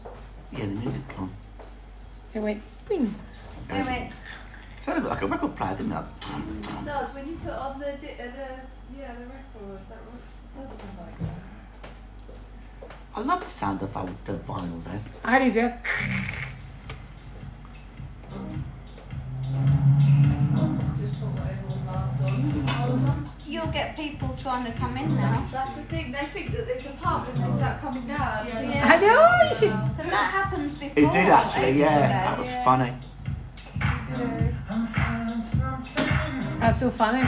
yeah, the music gone.
It went, bing.
Anyway,
Sounded a bit like a record player, didn't it?
It does. When you put on the, di- uh, the yeah the records, that works. That's not like that.
I love the sound of old uh, vinyl, though.
I do too.
Just put whatever was last on.
you'll get people trying to come in now.
That's the thing, they think that it's a pub and they start coming down.
Yeah.
Yeah.
I know, you should.
Because that happens before.
It Oh, did actually,
ages
yeah. That
ago.
was funny.
That's so funny.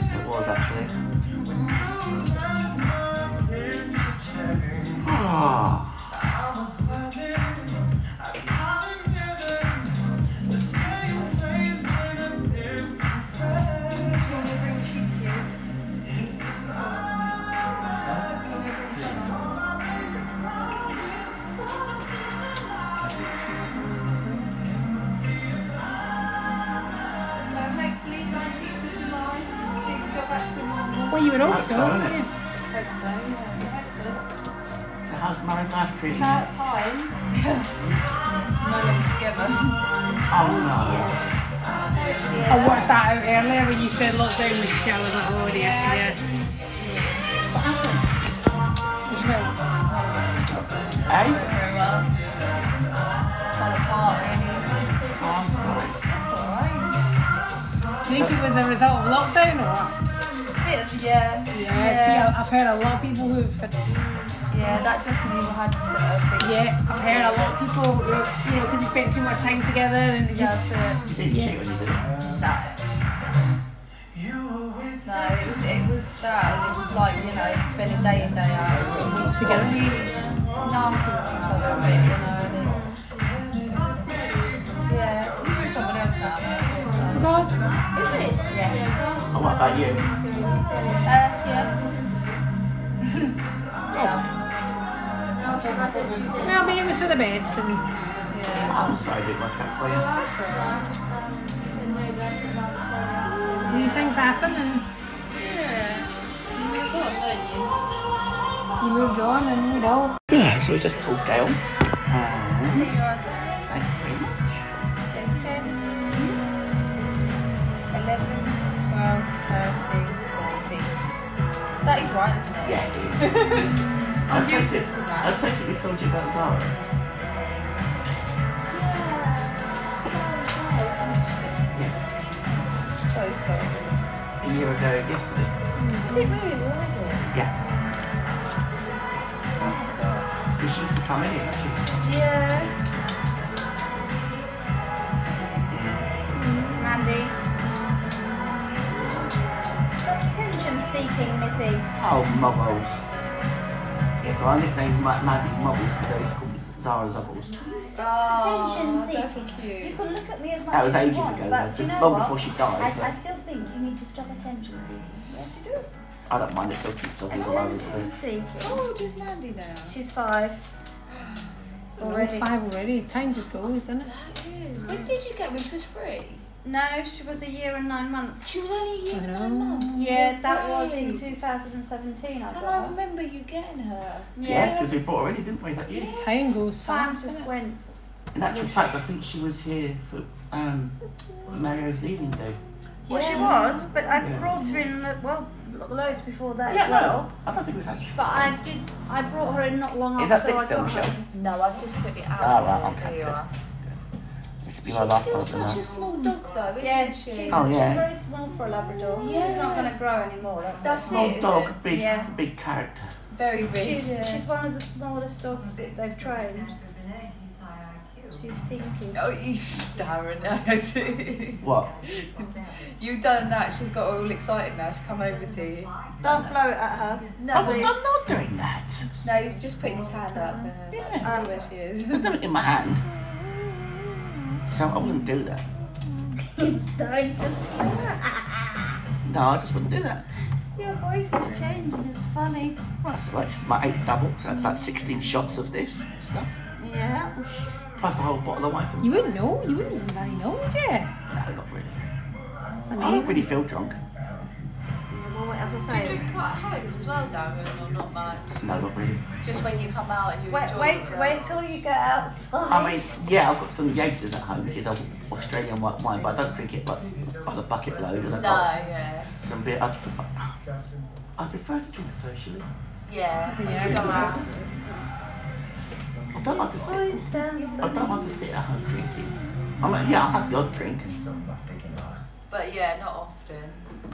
It was actually. Ah,
So hopefully 19th of July things go back to normal.
Well, you would hope
That's
so.
funny.
wouldn't you?
Hope so. Yeah. Hopefully.
so how's married life treating you?
About time.
No one's together.
Oh
I worked that out earlier when you said lockdown was shit. I was like, oh dear, yeah. Which way?
no. Hey?
Very well. Fall apart really.
Oh, I'm sorry.
That's alright.
Do you think it was a result of lockdown or what?
Bit of yeah.
Yeah, see, I- I've heard a lot of people who've,
Yeah, that definitely had a big
yeah, I've heard a lot of people who've, you know, because they spent too much time together and it just,
That's it.
You didn't cheat when you did.
That. No, it was it was that. It was like you know spending day in day out. We just got
Together.
really nasty with each other a bit, you know, and it's yeah. It's with someone else now. That's it.
oh God,
though. Is it? Yeah.
Oh, what about you?
Uh, yeah. yeah.
well, I mean, it was for the best. And
Oh, I'm sorry, I didn't work out for you.
these things happen and
You've got, don't you?
you moved on and, you know.
Yeah, so we just called Gail. And
You are there.
Um, thanks very much.
There's 10, 11, 12, 13, 14.
That is right, isn't it?
Yeah, it is. I'll take this. I'll take it we told you about Zara.
it?
sorry?
a year ago yesterday.
Is it really already?
Yeah. Because she used to come in here, actually.
Yeah.
Mandy. Attention seeking, Missy.
Oh, Mubbles. Yeah, so I nicknamed Ma- Mandy Mubbles because I used to call me Zara Zubbles.
Attention
That's
seeking. You
cute.
can look at me as much
That was
as you
ages
want,
ago,
but
though,
do you know
long
what?
before she died,
I, I
but-
still think you need to stop attention seeking. Yes, you do.
I don't mind, it still keeps up as a
Attention
moment.
seeking.
How old is Mandy now?
She's five.
We're all five already. Time just goes, doesn't it?
When did you get when she was free?
No, she was a year and nine months.
She was only a year
I
and
know.
nine months.
Yeah, that was in
Right.
2017. I
And I
got her.
remember you getting her.
Yeah,
Yeah.
because we bought her in, didn't we, that year?
Time goes
Time
fast.
just went.
In actual fact, I think she was here for um, Mario's leaving day.
Well, she
Yeah.
was, but I
Yeah.
brought her in lo- well lo- loads before that
Yeah,
as well.
no, I don't think it was actually.
But I did. I brought her in not
Oh,
long
Is that
after
thick
I
still,
got her.
Michelle?
No, I've just put it out.
Ah, right, okay, good. This will be my
She's
last
still
time tonight.
such a small dog, though, isn't
Yeah,
she?
she's,
Oh, yeah.
she's very small for a Labrador. She's not going to grow anymore. That's,
That's it,
Small
is
dog,
it?
big,
Yeah.
big character.
Very big.
She's, she's one of the smallest dogs that they've trained. She's dinky.
Oh, you, Darren, I see.
What?
You've done that. She's got all excited now. She's come over to you.
Don't blow it at her.
I'm,
No,
I'm
he's,
not doing that.
no, he's just putting his hand out to her.
Yes.
Um,
That's where she is.
There's nothing in my hand. So I wouldn't do that.
It's starting to
No, I just wouldn't do that.
Your voice is changing. It's funny.
Well, that's, well, this is my eighth double, so that's like 16 shots of this stuff.
Yeah.
Plus a whole bottle of white. and
You
stuff.
wouldn't know. You wouldn't really know, would you?
No, not really.
It's
I don't
amazing.
really feel drunk.
Well, as I say,
quite at home as well, Darren, or not much?
No, not really.
Just when you come out and you
wait, wait, wait till you get outside.
I mean, yeah, I've got some Yates's at home, which is a Australian white wine, but I don't drink it like by the bucket load. And I've got
yeah.
some beer. I, I prefer to drink socially.
Yeah. Yeah, come out.
I don't like to sit.
Always sounds
I don't want to sit at home drinking. I mean, yeah, I've had the odd drink.
But yeah, not often.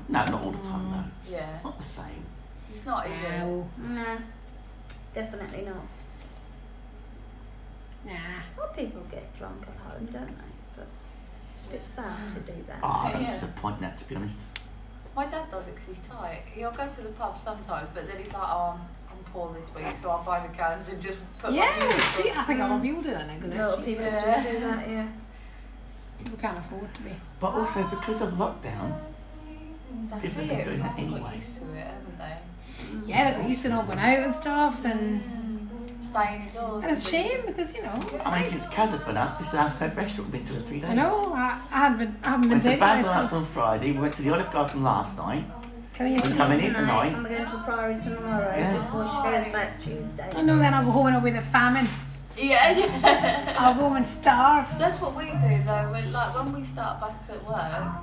No, not all the time, though.
Yeah.
It's not the same.
It's not, is it?
Wow.
Nah, definitely not.
Nah.
Some people get drunk at home, don't they? But it's a bit sad to do that.
Oh, I don't see
Yeah.
the point in that, to be honest.
My dad does it because he's tight. He'll go to the pub sometimes, but then he's like, oh, I'm, I'm poor this week, so I'll buy the cans and just put
Yeah,
my music
it's
on."
cheap. I think a lot of people do that now
A lot
because
of
it's cheap.
people
Yeah.
do do that, yeah.
People can't afford to be.
But also, because of lockdown,
That's
People
it.
have been doing that
People got
anyway.
used to it, haven't they?
Yeah, they got used to not going out and stuff, and,
Staying indoors.
and it's a
isn't it?
shame because you know.
I mean, since Kaz has been up, this is our third restaurant we've been to in three days.
I know. I, I haven't been. I haven't been
Went to
dating
Bad
myself.
Arts on Friday, we went to the Olive Garden last night,
Can we
we're coming in
Tonight, and
tonight.
we're going to the Priory tomorrow
Yeah.
before she goes back Tuesday.
I know. Then I'll go home and I'll be the famine.
Yeah, yeah.
I'll go home and starve.
That's what we do though. When like when we start back at work,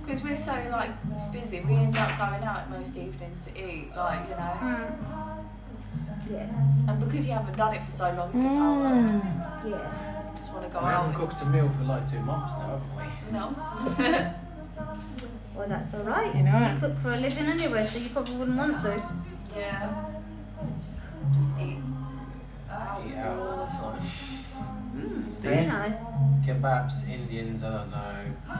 because we're so like busy, we end up going out most evenings to eat, like you know.
Mm.
Yeah,
And because you haven't done it for so long, you think, oh,
Mm.
yeah.
well, I just want to go
We haven't
out.
cooked a meal for like two months now, haven't we?
No.
Well, that's all right.
You know it.
You cook for a living anyway, so you probably wouldn't want to.
yeah. Just eat. Out.
Eat out all the time.
Very nice.
Kebabs, Indians, I don't know.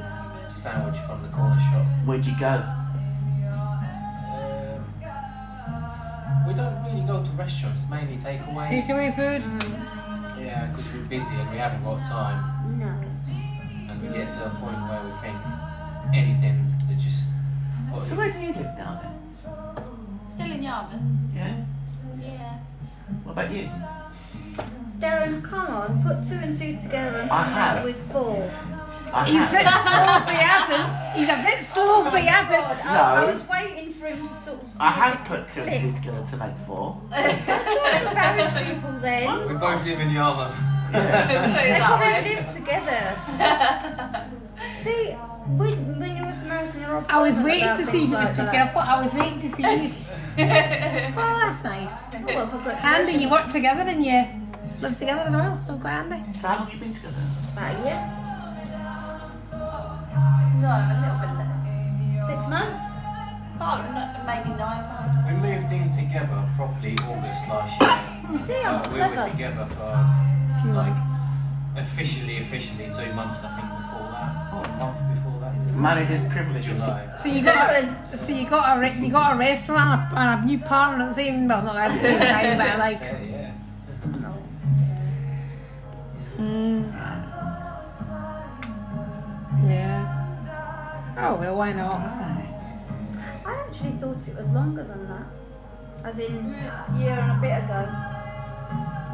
Yeah.
Sandwich from the corner shop.
Where'd you go?
Um, we don't really go to restaurants, mainly
Take
takeaways.
away food.
Yeah, because we're busy and we haven't got time,
No.
and we get to a point where we think anything to just. What,
So where do you live now then?
Still in Yarmouth.
Yeah?
Yeah.
What about you?
Darren, come on, put two and two together and
I
come out
have.
with four.
I
He's a
have.
bit slow for Yazin. He's a bit slow for Yazin.
I, was, I
So-
was waiting for him to sort of. see
I
if
have
it
put two
clicked.
and two together to make four.
Don't embarrass people then.
we both live in Yarmouth.
Let's all live together. see, when, when you're us and you're
I was waiting to see if he was picking up what I was waiting to see. oh, that's nice. Handy, you work together and you live together as eh? well, so quite handy.
So how long have you been together?
Right, yeah.
No, a little bit less.
Six months?
Oh, no, maybe nine months.
We moved in together properly August last year.
See, I'm
Uh, we were
clever.
together for like officially, officially two months. I think before that,
Oh.
or a month before that.
Manager's privileges.
July.
So you got a, so you got a re- you got a restaurant and a, and a new partner at the same well not at the same time but like
Yeah, yeah.
Mm. yeah. Oh well, why not?
I actually thought it was longer than that. As in, a year and a bit ago.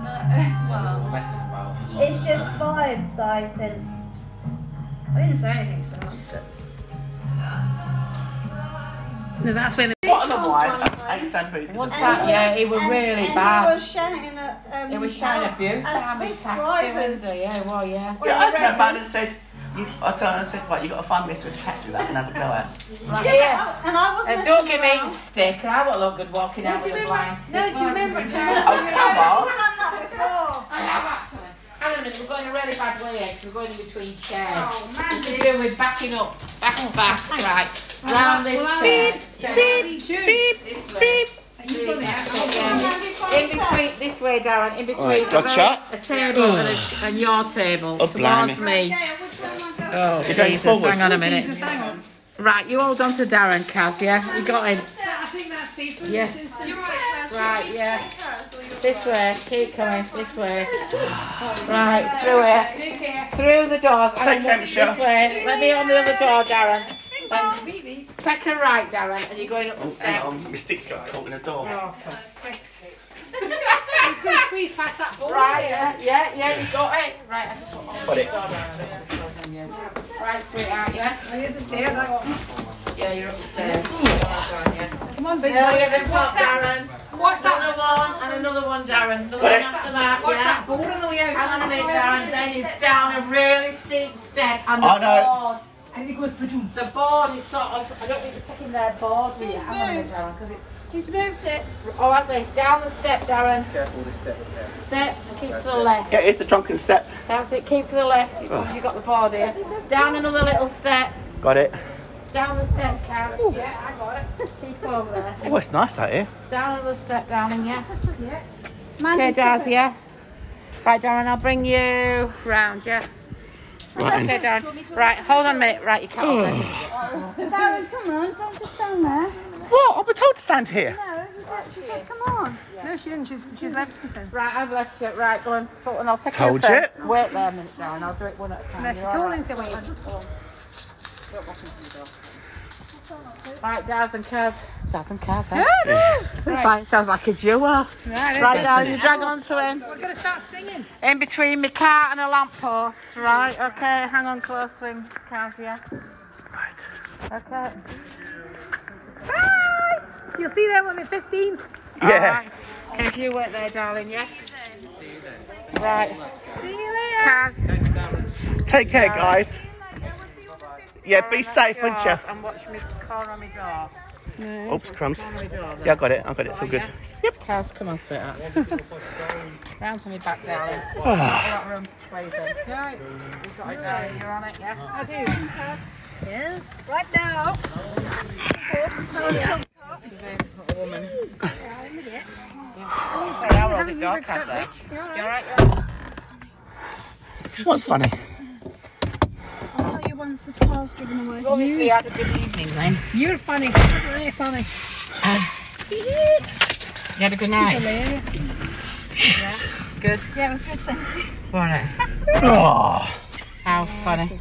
No, well,
Messing about. for long.
It's just vibes I sensed. I didn't say anything to anyone, but
No, that's when.
What on the wine? Eight sandwiches.
What's that? Yeah, it was
and,
really
and He
bad.
was shouting at, um,
It was showing abuse
at
at having
Swift
taxi
drivers.
window. Yeah, well, yeah.
Yeah, I turned around and said, you, I turned around and said, right, you got to find me a switch taxi that I can have a go at.
Right,
Yeah,
yeah.
but I- and I was
And
messing
don't give me
around.
stick, or I won't look good walking out with
do
a
you remember-
blind
no,
stick.
do you remember,
Blind
Joe?
stick.
Oh, come on.
I've done that before.
I have actually. Hang on a minute, we're going a really bad way here, 'cause we're going in between chairs.
Oh, man,
It's to do with backing up, back and back, right. Round this chair. This way. Doing that, yeah. In between, this way, Darren, in between
Right,
the
gotcha.
very- a table and, a, ch- and your table
Oh,
towards
blimey.
me.
Yeah,
Oh,
You're going
Jesus,
forward.
hang on a minute. Right, you hold on to Darren, Cass, yeah? You got him.
I think that's safe.
Yes. Right, yeah. This way, keep coming, this way. Right, through it. Through the doors.
Take care,
And then this,
Michelle.
this way. Let me on the other door, Darren. Then take a right, Darren, and you're going up the
Oh, Hang
steps.
on, my stick's got caught in the door.
Oh, for fuck's sake. Right, yeah, yeah, yeah, you got it. Right, I just want all
Got it.
Right, sweetheart, yeah? Yeah, you're upstairs.
Come on, big
Yeah,
boy.
yeah, then top, Darren. Watch that one and another one, Darren. Another one after that,
What's
yeah.
that board on the way out?
Hang on a minute, Darren. Then it's down a really steep step, and the
I know.
board. The board is sort of. I don't think they're taking their board with you. Hang on a minute, Darren, 'cause it's.
He's moved it.
Oh, I say down the step, Darren.
Careful this step. Yeah.
Step and keep to the left.
Yeah, it's the drunken step.
That's it. Keep to the left. You've got- you've got the board here. Down another little step.
Got it.
Down the step, Cass. Yeah, I got it. Keep over there.
Oh, it's nice out here.
Down another step, darling. Yeah. Yeah. Okay, Daz. Yeah. Right, Darren. I'll bring you round. Yeah.
Right, Mm.
Okay, Darren. Right, hold on a minute. Right, you can't. open it.
Darren, come on, don't just stand there.
What? I've been told to stand here.
No, he said, she said, come on.
No, she didn't. She's, she's left. since.
Right, I've left it. Right, go on. So, and I'll take
Told
you
you.
first. Wait there a minute, Darren. I'll do it one at a time.
No, she
You're all
told
right.
him to wait.
Don't walk into the door. Right, Daz and Kaz. Daz and Kaz, eh? It's like, sounds like a duo. Right, Daz, you drag on to him.
We're gonna start singing.
In between my car and a lamppost. Right, okay, hang on close to him, Kaz, yeah? Right. Okay.
You'll see them when we're 15.
Yeah.
All right. If you went there, darling, yeah? Right. Kaz,
Take care, guys. Yeah, be
Karen,
safe,
that's
won't
yours,
you?
And watch me car on my door.
Oops, crumbs.
Car on my door.
Yeah, I got it. I got it. It's all good.
Kaz, come on, sweetheart. Round to me back, darling. We've got room to squeeze in.
Right.
We've got it, darling. You're on it, yeah?
I do. Yes. Right now.
She's a woman. Yeah. Sorry, I rolled it door, Kaz. eh? there. You alright?
What's funny?
I'll tell you once the car's driven away.
Obviously, I had a good evening then.
You're funny. Really funny.
You had a good night?
Hilarious.
Yeah. Good?
Yeah, it was good thing.
Alright.
Oh,
How funny.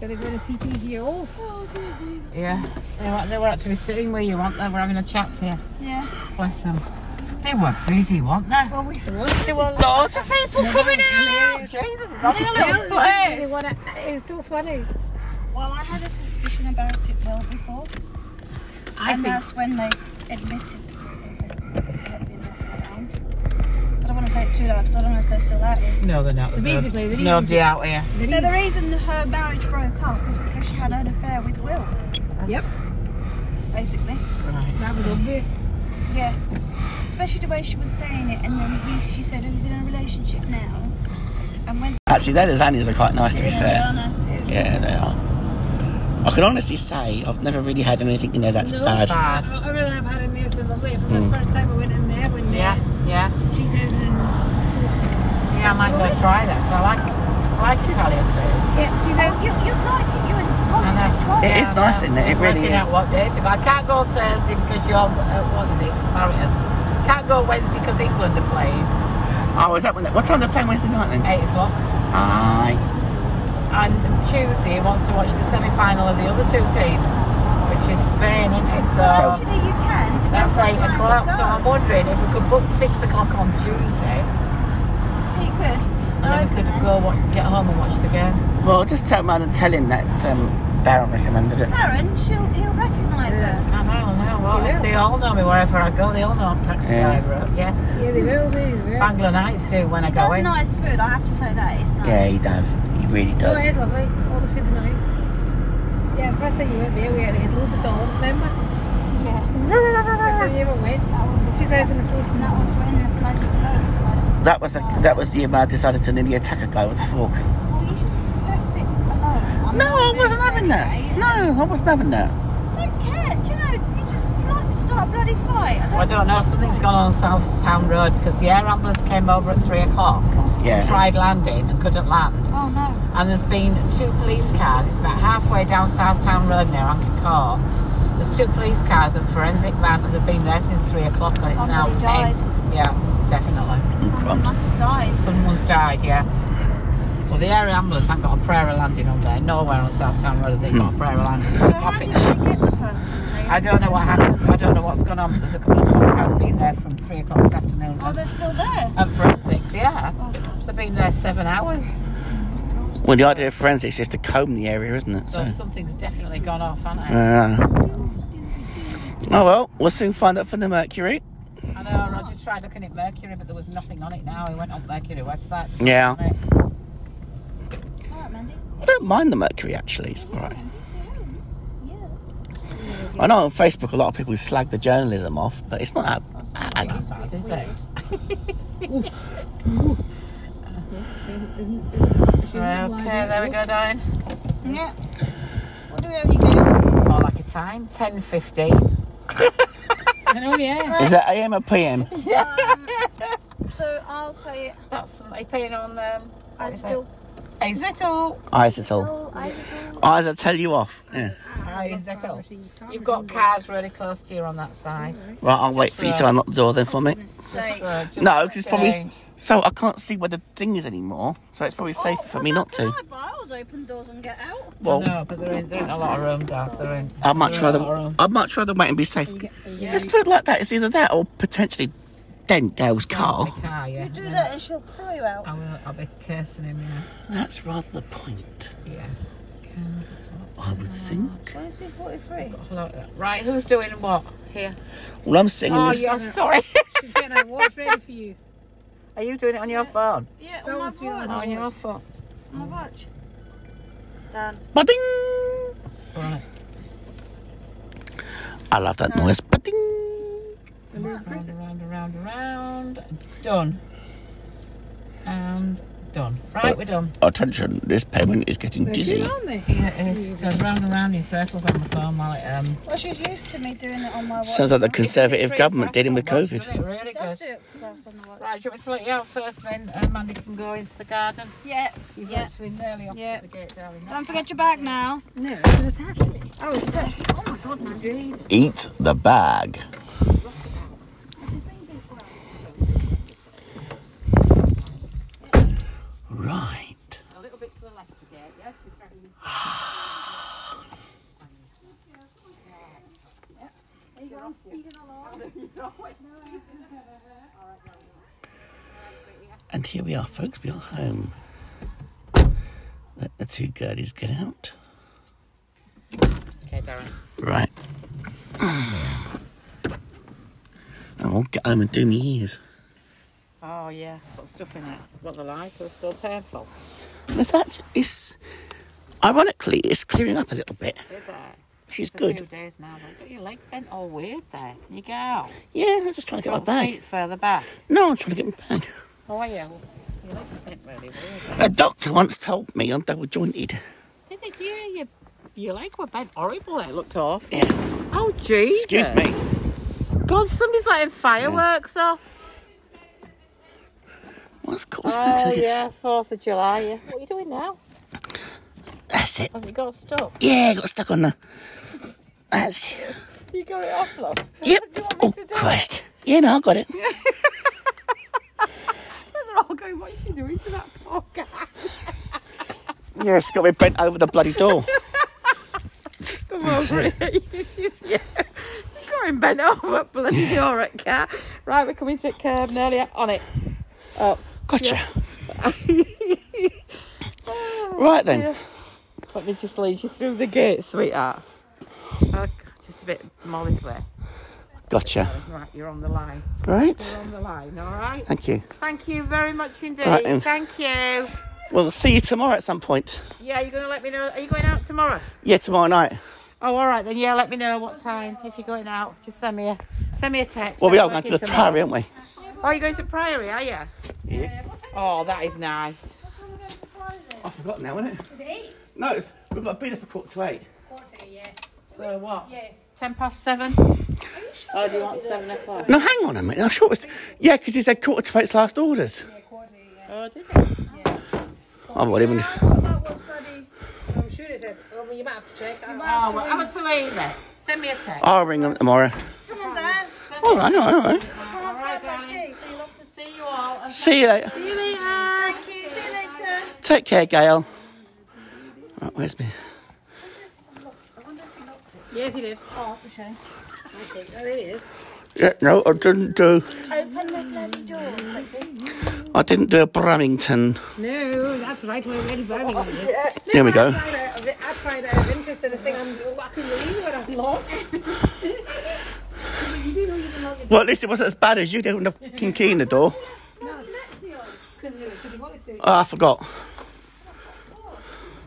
So they're going to see these years.
Yeah. They were, they were actually sitting where you want, they were having a chat to you.
Yeah.
Bless them. They were busy, weren't they? Well, we There were loads of people coming in and out. Jesus, it's only a little
They
place.
want to, it was so funny.
Well, I had a suspicion about it well before. and that's when they s- admitted that they had been messing around. I don't want to say it too loud because I don't know if they're still out here.
No, they're not.
So basically, the reason,
Nobody out here.
the
So
reason,
the reason that her marriage broke up was because she had an affair with Will.
Yep.
Basically.
that was obvious.
Yeah. Especially the way she was saying it, and then he, she said, "Oh, he's in a relationship now." And when
actually, their lasagnas are quite nice, to be
yeah,
fair.
honest, it was-
Yeah, they are. I can honestly say I've never really had anything in there that's
No,
bad.
I really have had in there for lovely. But the first time I went in there when
Yeah, yeah.
uh, 2000,
Yeah, I might go try that. 'cause I like, I like Italian food.
Yeah, you, you'd like it. You would probably
I know.
should try
It
it.
is nice, isn't it? It really
Working
is.
out what day it is. But I can't go Thursday because you're, uh, what is it, Samaritans. Can't go Wednesday because England are playing.
Oh, is that when? What time are they playing Wednesday night then?
8 o'clock.
Aye.
and Tuesday he wants to watch the semi-final of the other two teams, which is Spain, isn't it? So,
So-
Actually, you can. if you
that's
have the
eight
time to
o'clock.
go.
So I'm wondering if we could book six o'clock on Tuesday,
You could.
and then we could go wa get home and watch the game.
Well, just tell man and tell him that um, Darren recommended it.
Aaron, she'll, he'll recognise her.
I don't know what. They all know me wherever I go. They all know I'm a taxi
Yeah.
driver. Yeah,
yeah, they will do. Yeah.
Bangla Nights do when I
It
go
does
in.
nice food, I have to say that. It's nice.
Yeah, he does. He really
Oh,
does.
it's lovely. All the food's nice. Yeah, first time you went there, we had a little bit of dogs, remember?
Yeah,
First time you ever went,
that was,
2014.
that was when the bloody bloke decided to
That was a,
decide.
that was the year I decided to nearly attack a guy with a fork.
Well, you should have just left it alone. I'm
No,
not
I
doing
wasn't having that.
anyway.
No, I wasn't having that.
Don't care. Do you know? You just like to start a bloody fight. I don't,
I don't know. Something's gone on South Town Road because the air ambulance came over at three o'clock.
Yeah.
Tried landing and couldn't land.
Oh no.
and there's been two police cars. It's about halfway down South Town Road near Anchor. There's two police cars and forensic van, and they've been there since three o'clock, and it's now
Somebody
ten.
died.
Yeah, definitely.
Someone must have died.
Someone's died. Yeah. Well, the air ambulance hasn't got a prayer of landing on there. Nowhere on South Town Road has it got a prayer of landing.
So
Off
how did they
it does.
get the person? They-
I don't know what happened. I don't know what's gone on. But there's a couple of podcasts been there from three o'clock this afternoon.
Oh, they're still there.
And forensics, yeah. They've been there seven hours.
Well, the idea of forensics is to comb the area, isn't it?
So
So,
something's definitely gone off, hasn't it?
uh, oh well, we'll soon find out for the Mercury.
I know, Roger tried looking at Mercury, but there was nothing on it now. He went on Mercury website.
Yeah.
Right.
All right, Mandy.
I don't mind the Mercury actually. It's all right.
Yes.
I know on Facebook a lot of people slag the journalism off, but it's not that bad.
It is a
Bad,
bit
is it?
weird.
Okay, there we go, darling.
Yeah. What do we have you going?
More like a time, 10.15.
Oh, yeah.
Is that AM or PM?
So I'll pay it.
That's my opinion on... Um,
I
is
still.
hey, Zettel.
Isotel.
Oh, I still.
Eyes will tell you off. Yeah.
Hi, Zettel. You've got cars really close to you on that side.
Mm-hmm.
Right, I'll wait for you to unlock the door then for me.
Say.
So just
No, because it's probably
change.
so I can't see where the thing is anymore. So it's
Oh
probably safer for me not to.
Can I by all means open doors and get out?
Well,
No, Oh, but there ain't, there ain't a lot of room, Dad. There ain't...
I'd much
there ain't a lot of
rather
room.
I'd much rather wait and be safe. Let's put it like that. It's either that or potentially dent Dale's car.
My car, yeah.
Do that and she'll throw you out.
I will, Uh, I'll be cursing him,
That's rather the point,
yeah. Yeah.
I would think.
2243.
Right, who's doing what here?
Well, I'm sitting in
Oh,
this.
yeah, sorry.
She's getting her watch ready for you.
Are you doing it on your phone?
Yeah, on my
Someone's feeling
watch.
Oh, On your phone.
On my watch. Done.
Ba-ding!
Right.
I love that noise. Ba-ding!
Round, around, around, around. Done. And done. Right, we're done.
Oh, Attention, this payment is getting dizzy.
Yeah, it is. It Goes round and round in circles on the phone while it um.
Well, she's used to me doing it on my watch.
Sounds like the Conservative
Pretty
government
fast
dealing with
on watch, doesn't
COVID.
It really
Does
good.
do it for us on the watch.
Right, do you want me to let you out first, then uh, Mandy can go into the garden.
Yeah.
You've
Yeah.
actually nearly off
Yeah.
the gate, darling.
Don't forget your bag now.
No, it's attached.
Oh, it's touched.
Oh my God, my Jesus.
Eat the bag. Right.
A little bit to the left of the gate. Yeah, she's dragging.
And here we are, folks. We are home. Let the two girlies get out.
Okay, Darren.
Right. And I'll get home and do my ears.
Oh yeah, got stuff in it. What the light was still purple.
It's that it's ironically it's clearing up a little bit.
Is it?
She's
It's a few
good.
days now. But look at your leg bent all weird there. You go. out.
Yeah, I'm just trying to get my
Got
bag.
seat further back.
No, I'm trying to get my bag.
Oh are you? Your leg's bent really weird.
A doctor once told me I'm double jointed.
Did it? Yeah, you your leg were bent horrible there, looked off. Oh, Jesus.
Excuse me.
God, somebody's letting fireworks off.
What's causing that?
Oh,
It's-
yeah, 4th of July, yeah. What are you doing now?
That's it.
Has it got stuck?
Yeah, I got stuck on the. That's it.
You got it off, love.
Yep. Oh, Christ. Yeah, no, I got it.
They're all going, what is she doing to that poor guy?
Yeah, it's got me bent over the bloody door.
Come over here. yeah. You're going bent over, bloody door at car. Right, we're coming to a curb nearly on it. Up.
Gotcha. right then.
Let me just lead you through the gate, sweetheart. Oh, just a bit Molly's way.
Gotcha.
Right, you're on the line.
Right.
You're on the line, all right?
Thank you.
Thank you very much indeed.
Right then.
Thank you.
Well, see you tomorrow at some point.
Yeah, you're going to let me know. Are you going out tomorrow?
Yeah, tomorrow night.
Oh, all right then. Yeah, let me know what time if you're going out. Just send me a send me a text.
Well, we
I'm
are going to
working
the priory,
tomorrow.
aren't we?
Oh, you're going to Priory, are you? Yeah. Oh, that is nice.
I forgot now, isn't it? No, it's, we've got to be there for quarter to eight.
So what? Yes. Ten past seven. Oh, do you want seven o'clock?
No, hang on a minute. I'm sure it was. Yeah, because he said quarter to eight's last orders.
Oh, did it?
I won't even.
I'm sure it's a. Well, you might have to check.
Oh, well, I'm to leave it. Send me a text.
I'll ring them tomorrow.
Come on, Daz.
All right, all right, all right.
All right, darling.
See you all. and
See you later.
See you later. Thank you. See you later.
Take care, Gail. Right, where's me?
Yes, you did.
Oh, that's a shame.
Oh, there it is.
Yeah, no, I didn't do.
Open the bloody door, Lexi.
I didn't do a Bramington.
No, that's right. We're ready for everything.
There we go.
I tried out of it. I tried out of interest in the thing. I'm locking the lead when I'm locked.
Well, at least it wasn't as bad as you did with the fucking key in the door.
Because you wanted to.
Oh, I forgot.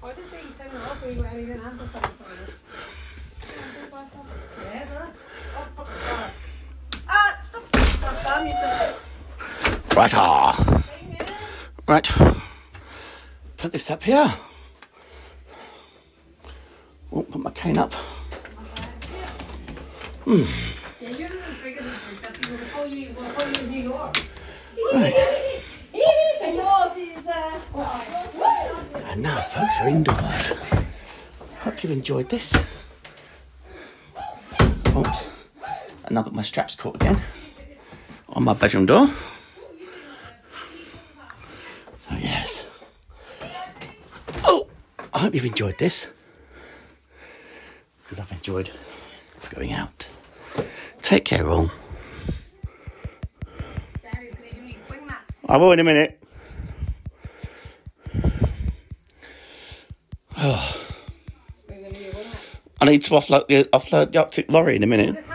I didn't say you turned it off or you were even answer something.
Ah, stop. Stop. Damn yourself.
Right, ah. Right. Put this up here. Oh, put my cane up. Hmm.
Yeah, you're the one's bigger than me. That's even before you before you were in New York.
And yours is, uh,
And now, folks, we're indoors. Hope you've enjoyed this. Oops. And I've got my straps caught again on my bedroom door. So, yes. Oh, I hope you've enjoyed this because I've enjoyed going out. Take care, all.
Daddy's going to do his wing nuts.
I will in a minute. Oh. I need to offload the, offload the Arctic lorry in a minute.